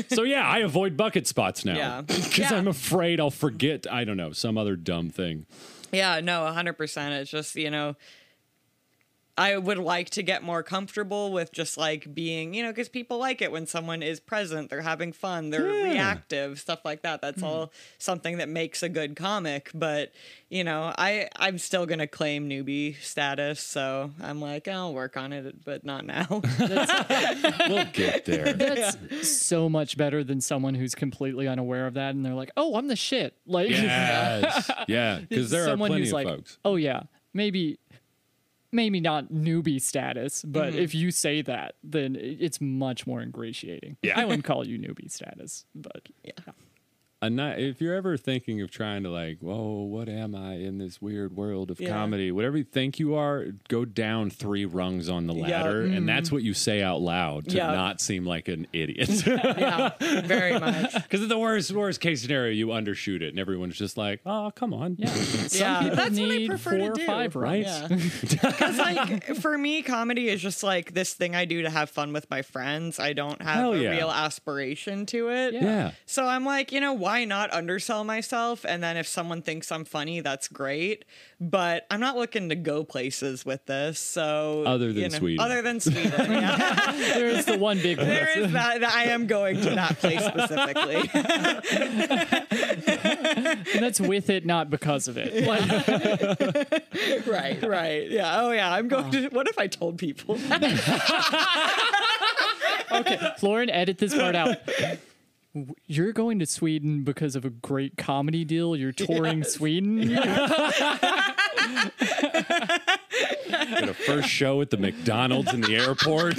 Speaker 2: so yeah, I avoid bucket spots now
Speaker 3: Yeah.
Speaker 2: because
Speaker 3: Yeah.
Speaker 2: I'm afraid I'll forget. I don't know some other dumb thing.
Speaker 3: Yeah, no, 100%. It's just, you know, I would like to get more comfortable with just like being, you know, because people like it when someone is present, they're having fun, they're
Speaker 2: Yeah.
Speaker 3: reactive, stuff like that. That's all something that makes a good comic. But, you know, I, I'm still going to claim newbie status. So I'm like, I'll work on it, but not now.
Speaker 2: We'll get there.
Speaker 1: That's so much better than someone who's completely unaware of that and they're like, oh, I'm the shit. Like,
Speaker 2: yes, yeah, because there are
Speaker 1: someone
Speaker 2: plenty
Speaker 1: who's
Speaker 2: of
Speaker 1: like,
Speaker 2: folks.
Speaker 1: oh, yeah, maybe. Maybe not newbie status, but
Speaker 3: Mm-hmm.
Speaker 1: if you say that, then i- it's much more ingratiating.
Speaker 2: Yeah.
Speaker 1: I wouldn't call you newbie status, but
Speaker 2: a ni- if you're ever thinking of trying to like, whoa, what am I in this weird world of
Speaker 3: Yeah.
Speaker 2: comedy? Whatever you think you are, go down three rungs on the
Speaker 3: Yeah. Mm.
Speaker 2: ladder, and that's what you say out loud to
Speaker 3: Yeah.
Speaker 2: not seem like an idiot. Because
Speaker 3: yeah, very much.
Speaker 2: in the worst worst case scenario, you undershoot it, and everyone's just like, oh, come on,
Speaker 1: yeah, Some
Speaker 3: Yeah.
Speaker 1: people
Speaker 3: That's what I
Speaker 1: need
Speaker 3: prefer to
Speaker 1: four or
Speaker 3: do,
Speaker 1: five
Speaker 2: right?
Speaker 1: runs.
Speaker 3: Because like for me, comedy is just like this thing I do to have fun with my friends. I don't have
Speaker 2: Hell
Speaker 3: a
Speaker 2: yeah.
Speaker 3: real aspiration to it.
Speaker 1: Yeah.
Speaker 2: yeah.
Speaker 3: So I'm like, you know, why not undersell myself? And then if someone thinks I'm funny, that's great. But I'm not looking to go places with this. So
Speaker 2: Other
Speaker 3: you
Speaker 2: than
Speaker 3: know,
Speaker 2: Sweden.
Speaker 3: other than Sweden, yeah.
Speaker 1: there is the one big one.
Speaker 3: there is that, that I am going to that place specifically.
Speaker 1: and that's with it, not because of it. Like,
Speaker 3: right, right, yeah. Oh yeah, I'm going to. What if I told people?
Speaker 1: okay, Lauren, edit this part out. W- You're going to Sweden because of a great comedy deal. You're touring Sweden.
Speaker 2: At a first show at the McDonald's in the airport,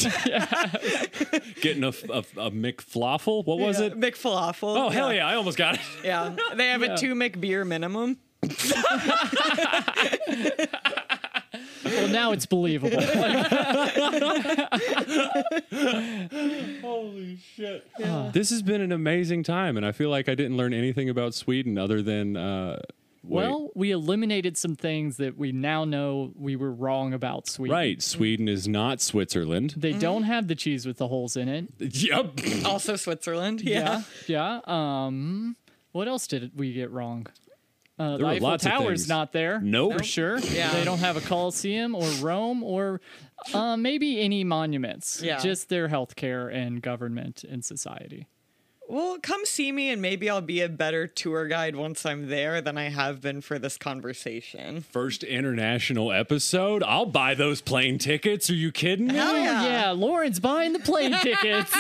Speaker 2: getting a, f- a, a McFlawful. What was it?
Speaker 3: McFalafel.
Speaker 2: Oh hell yeah! I almost got it.
Speaker 3: Yeah, they have a two McBeer minimum.
Speaker 1: Well, now it's believable.
Speaker 2: Holy shit. This has been an amazing time, and I feel like I didn't learn anything about Sweden other than. Uh, wait.
Speaker 1: Well, we eliminated some things that we now know we were wrong about Sweden.
Speaker 2: right. Sweden is not Switzerland.
Speaker 3: Mm-hmm.
Speaker 1: They don't have the cheese with the holes in it.
Speaker 2: Yep.
Speaker 3: Also Switzerland. Yeah.
Speaker 1: Yeah. yeah. Um, what else did we get wrong? Uh,
Speaker 2: There
Speaker 1: the
Speaker 2: were
Speaker 1: Eiffel
Speaker 2: lots of
Speaker 1: Tower's
Speaker 2: things.
Speaker 1: not there.
Speaker 2: Nope.
Speaker 1: For sure.
Speaker 3: Yeah.
Speaker 1: They don't have a Colosseum or Rome or uh, maybe any monuments.
Speaker 3: Yeah.
Speaker 1: Just their healthcare and government and society.
Speaker 3: Well, come see me and maybe I'll be a better tour guide once I'm there than I have been for this conversation.
Speaker 2: First international episode. I'll buy those plane tickets. Are you kidding me?
Speaker 3: Hell
Speaker 1: Oh,
Speaker 3: yeah.
Speaker 1: yeah. Lauren's buying the plane tickets.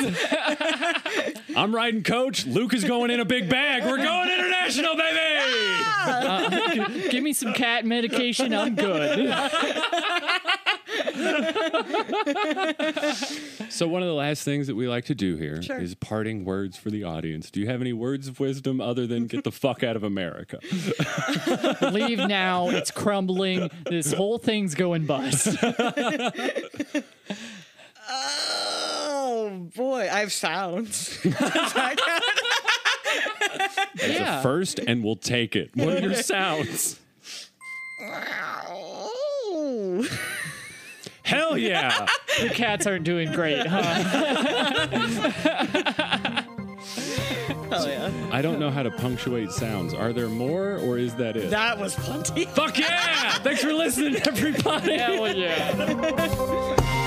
Speaker 2: I'm riding coach. Luke is going in a big bag. We're going international, baby.
Speaker 1: Give me some cat medication. I'm good.
Speaker 2: So one of the last things that we like to do here is
Speaker 3: Sure.
Speaker 2: parting words for the audience. Do you have any words of wisdom other than get the fuck out of America?
Speaker 1: Leave now. It's crumbling. This whole thing's going bust.
Speaker 3: Oh boy, I have sounds.
Speaker 1: yeah.
Speaker 2: The first, and we'll take it. What are your sounds?
Speaker 3: oh.
Speaker 2: Hell yeah.
Speaker 1: Your cats aren't doing great, huh?
Speaker 3: Hell yeah.
Speaker 2: I don't know how to punctuate sounds. Are there more or is that it?
Speaker 3: That was plenty.
Speaker 2: Fuck yeah! Thanks for listening, everybody.
Speaker 1: Hell yeah.